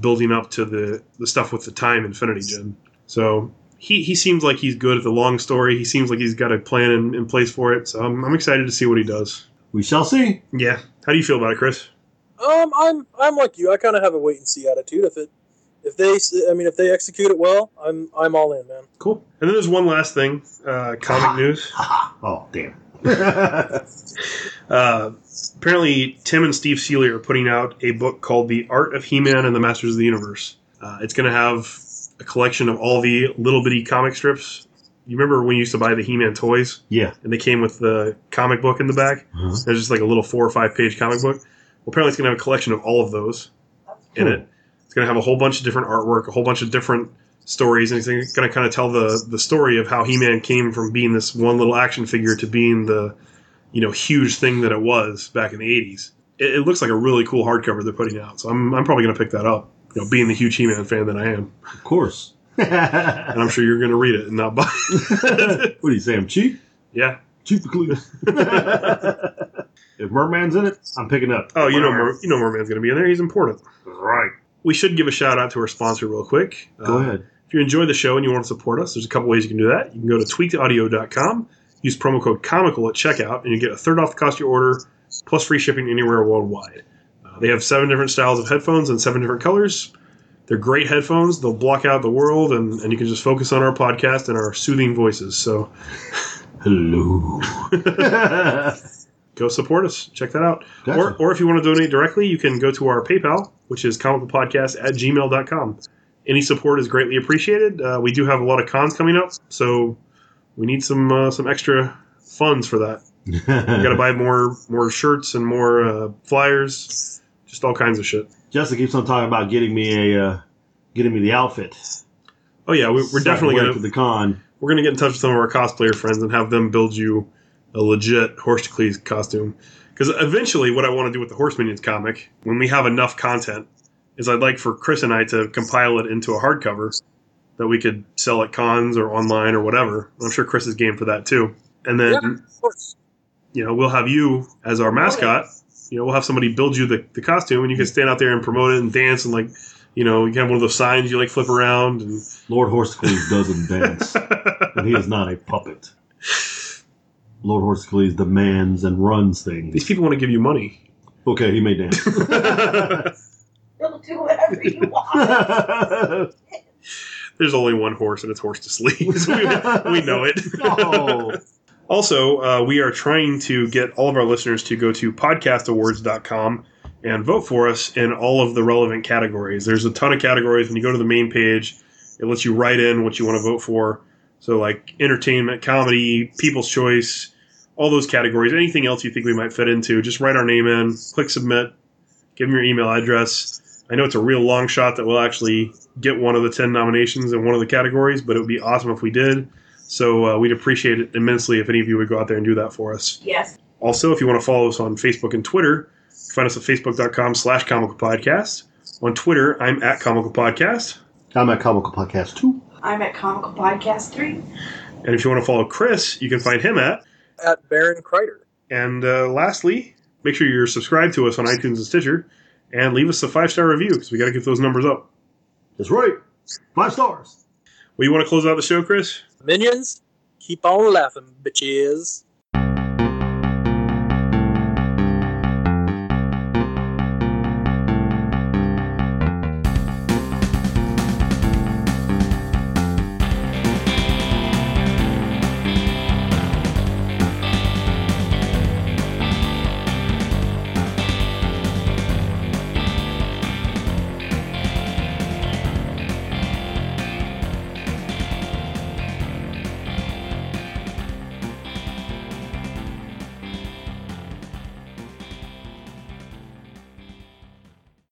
[SPEAKER 2] building up to the the stuff with the Time Infinity Gen. So he he seems like he's good at the long story. He seems like he's got a plan in, in place for it. So I'm, I'm excited to see what he does.
[SPEAKER 1] We shall see.
[SPEAKER 2] Yeah, how do you feel about it, Chris?
[SPEAKER 4] Um, I'm I'm like you. I kind of have a wait and see attitude. If it, if they, s- I mean, if they execute it well, I'm I'm all in, man.
[SPEAKER 1] Cool.
[SPEAKER 2] And then there's one last thing, uh, comic news.
[SPEAKER 1] Haha. oh, damn. That's
[SPEAKER 2] Uh, apparently, Tim and Steve Seeley are putting out a book called "The Art of He-Man and the Masters of the Universe." Uh, it's going to have a collection of all the little bitty comic strips. You remember when you used to buy the He-Man toys?
[SPEAKER 1] Yeah.
[SPEAKER 2] And they came with the comic book in the back.
[SPEAKER 1] Uh-huh.
[SPEAKER 2] There's just like a little four or five page comic book. Well, apparently, it's going to have a collection of all of those in
[SPEAKER 1] cool.
[SPEAKER 2] it. It's going to have a whole bunch of different artwork, a whole bunch of different stories, and it's going to kind of tell the the story of how He Man came from being this one little action figure to being the you know huge thing that it was back in the '80s. It, it looks like a really cool hardcover they're putting out, so I'm I'm probably going to pick that up. You know, being the huge He Man fan that I am,
[SPEAKER 1] Of course.
[SPEAKER 2] and I'm sure you're going to read it and not buy. it.
[SPEAKER 1] what do you say? I'm cheap?
[SPEAKER 2] Yeah.
[SPEAKER 1] Cheap included. if Merman's in it, I'm picking up.
[SPEAKER 2] Oh, you know, Mer- you know, Merman's going to be in there. He's important.
[SPEAKER 1] Right.
[SPEAKER 2] We should give a shout out to our sponsor real quick.
[SPEAKER 1] Go
[SPEAKER 2] Uh,
[SPEAKER 1] ahead.
[SPEAKER 2] If you enjoy the show and you want to support us, there's a couple ways you can do that. You can go to tweakedaudio.com, use promo code comical at checkout, and you get a third off the cost of your order, plus free shipping anywhere worldwide. Uh, they have seven different styles of headphones and seven different colors. They're great headphones. They'll block out the world, and, and you can just focus on our podcast and our soothing voices. So
[SPEAKER 1] Hello.
[SPEAKER 2] go support us. Check that out.
[SPEAKER 1] Gotcha.
[SPEAKER 2] Or, or if you want to donate directly, you can go to our PayPal, which is comicalpodcast at gmail.com. Any support is greatly appreciated. Uh, we do have a lot of cons coming up, so we need some uh, some extra funds for that. We got to buy more more shirts and more uh, flyers, just all kinds of shit.
[SPEAKER 1] Jessica keeps on talking about getting me a, uh, getting me the outfit.
[SPEAKER 2] Oh yeah, we, we're
[SPEAKER 1] So I can
[SPEAKER 2] definitely
[SPEAKER 1] wear it
[SPEAKER 2] gonna
[SPEAKER 1] to the con.
[SPEAKER 2] we're gonna get in touch with some of our cosplayer friends and have them build you a legit Horstocles costume. Because eventually, what I want to do with the Horse Minions comic, when we have enough content, is I'd like for Chris and I to compile it into a hardcover that we could sell at cons or online or whatever. I'm sure Chris is game for that too. And then,
[SPEAKER 4] Yeah, of course.
[SPEAKER 2] you know, we'll have you as our mascot. You know, we'll have somebody build you the, the costume, and you can stand out there and promote it and dance and like, you know, you can have one of those signs you like flip around and
[SPEAKER 1] Lord Horsecleave doesn't dance, and he is not a puppet. Lord Horsecleave demands and runs
[SPEAKER 2] these
[SPEAKER 1] things.
[SPEAKER 2] people want to give you money.
[SPEAKER 1] Okay, he may dance.
[SPEAKER 3] You'll do whatever you want.
[SPEAKER 2] There's only one horse, and it's horse to sleep. So we, we know it.
[SPEAKER 1] no.
[SPEAKER 2] Also, uh, we are trying to get all of our listeners to go to podcastawards.com and vote for us in all of the relevant categories. There's a ton of categories. When you go to the main page, it lets you write in what you want to vote for. So, like entertainment, comedy, people's choice, all those categories. Anything else you think we might fit into, just write our name in, click submit, give them your email address. I know it's a real long shot that we'll actually get one of the 10 nominations in one of the categories, but it would be awesome if we did. So uh, we'd appreciate it immensely if any of you would go out there and do that for us.
[SPEAKER 3] Yes.
[SPEAKER 2] Also, if you want to follow us on Facebook and Twitter, find us at facebook.com slash comical podcast. On Twitter, I'm at comical podcast.
[SPEAKER 1] I'm at Comical Podcast 2.
[SPEAKER 3] I'm at Comical Podcast 3.
[SPEAKER 2] And if you want to follow Chris, you can find him at.
[SPEAKER 4] At Baron Kreider.
[SPEAKER 2] And uh, lastly, make sure you're subscribed to us on iTunes and Stitcher and leave us a five star review because we got to get those numbers up.
[SPEAKER 1] That's right. Five stars.
[SPEAKER 2] Well, you want to close out the show, Chris?
[SPEAKER 4] Minions, keep on laughing, bitches.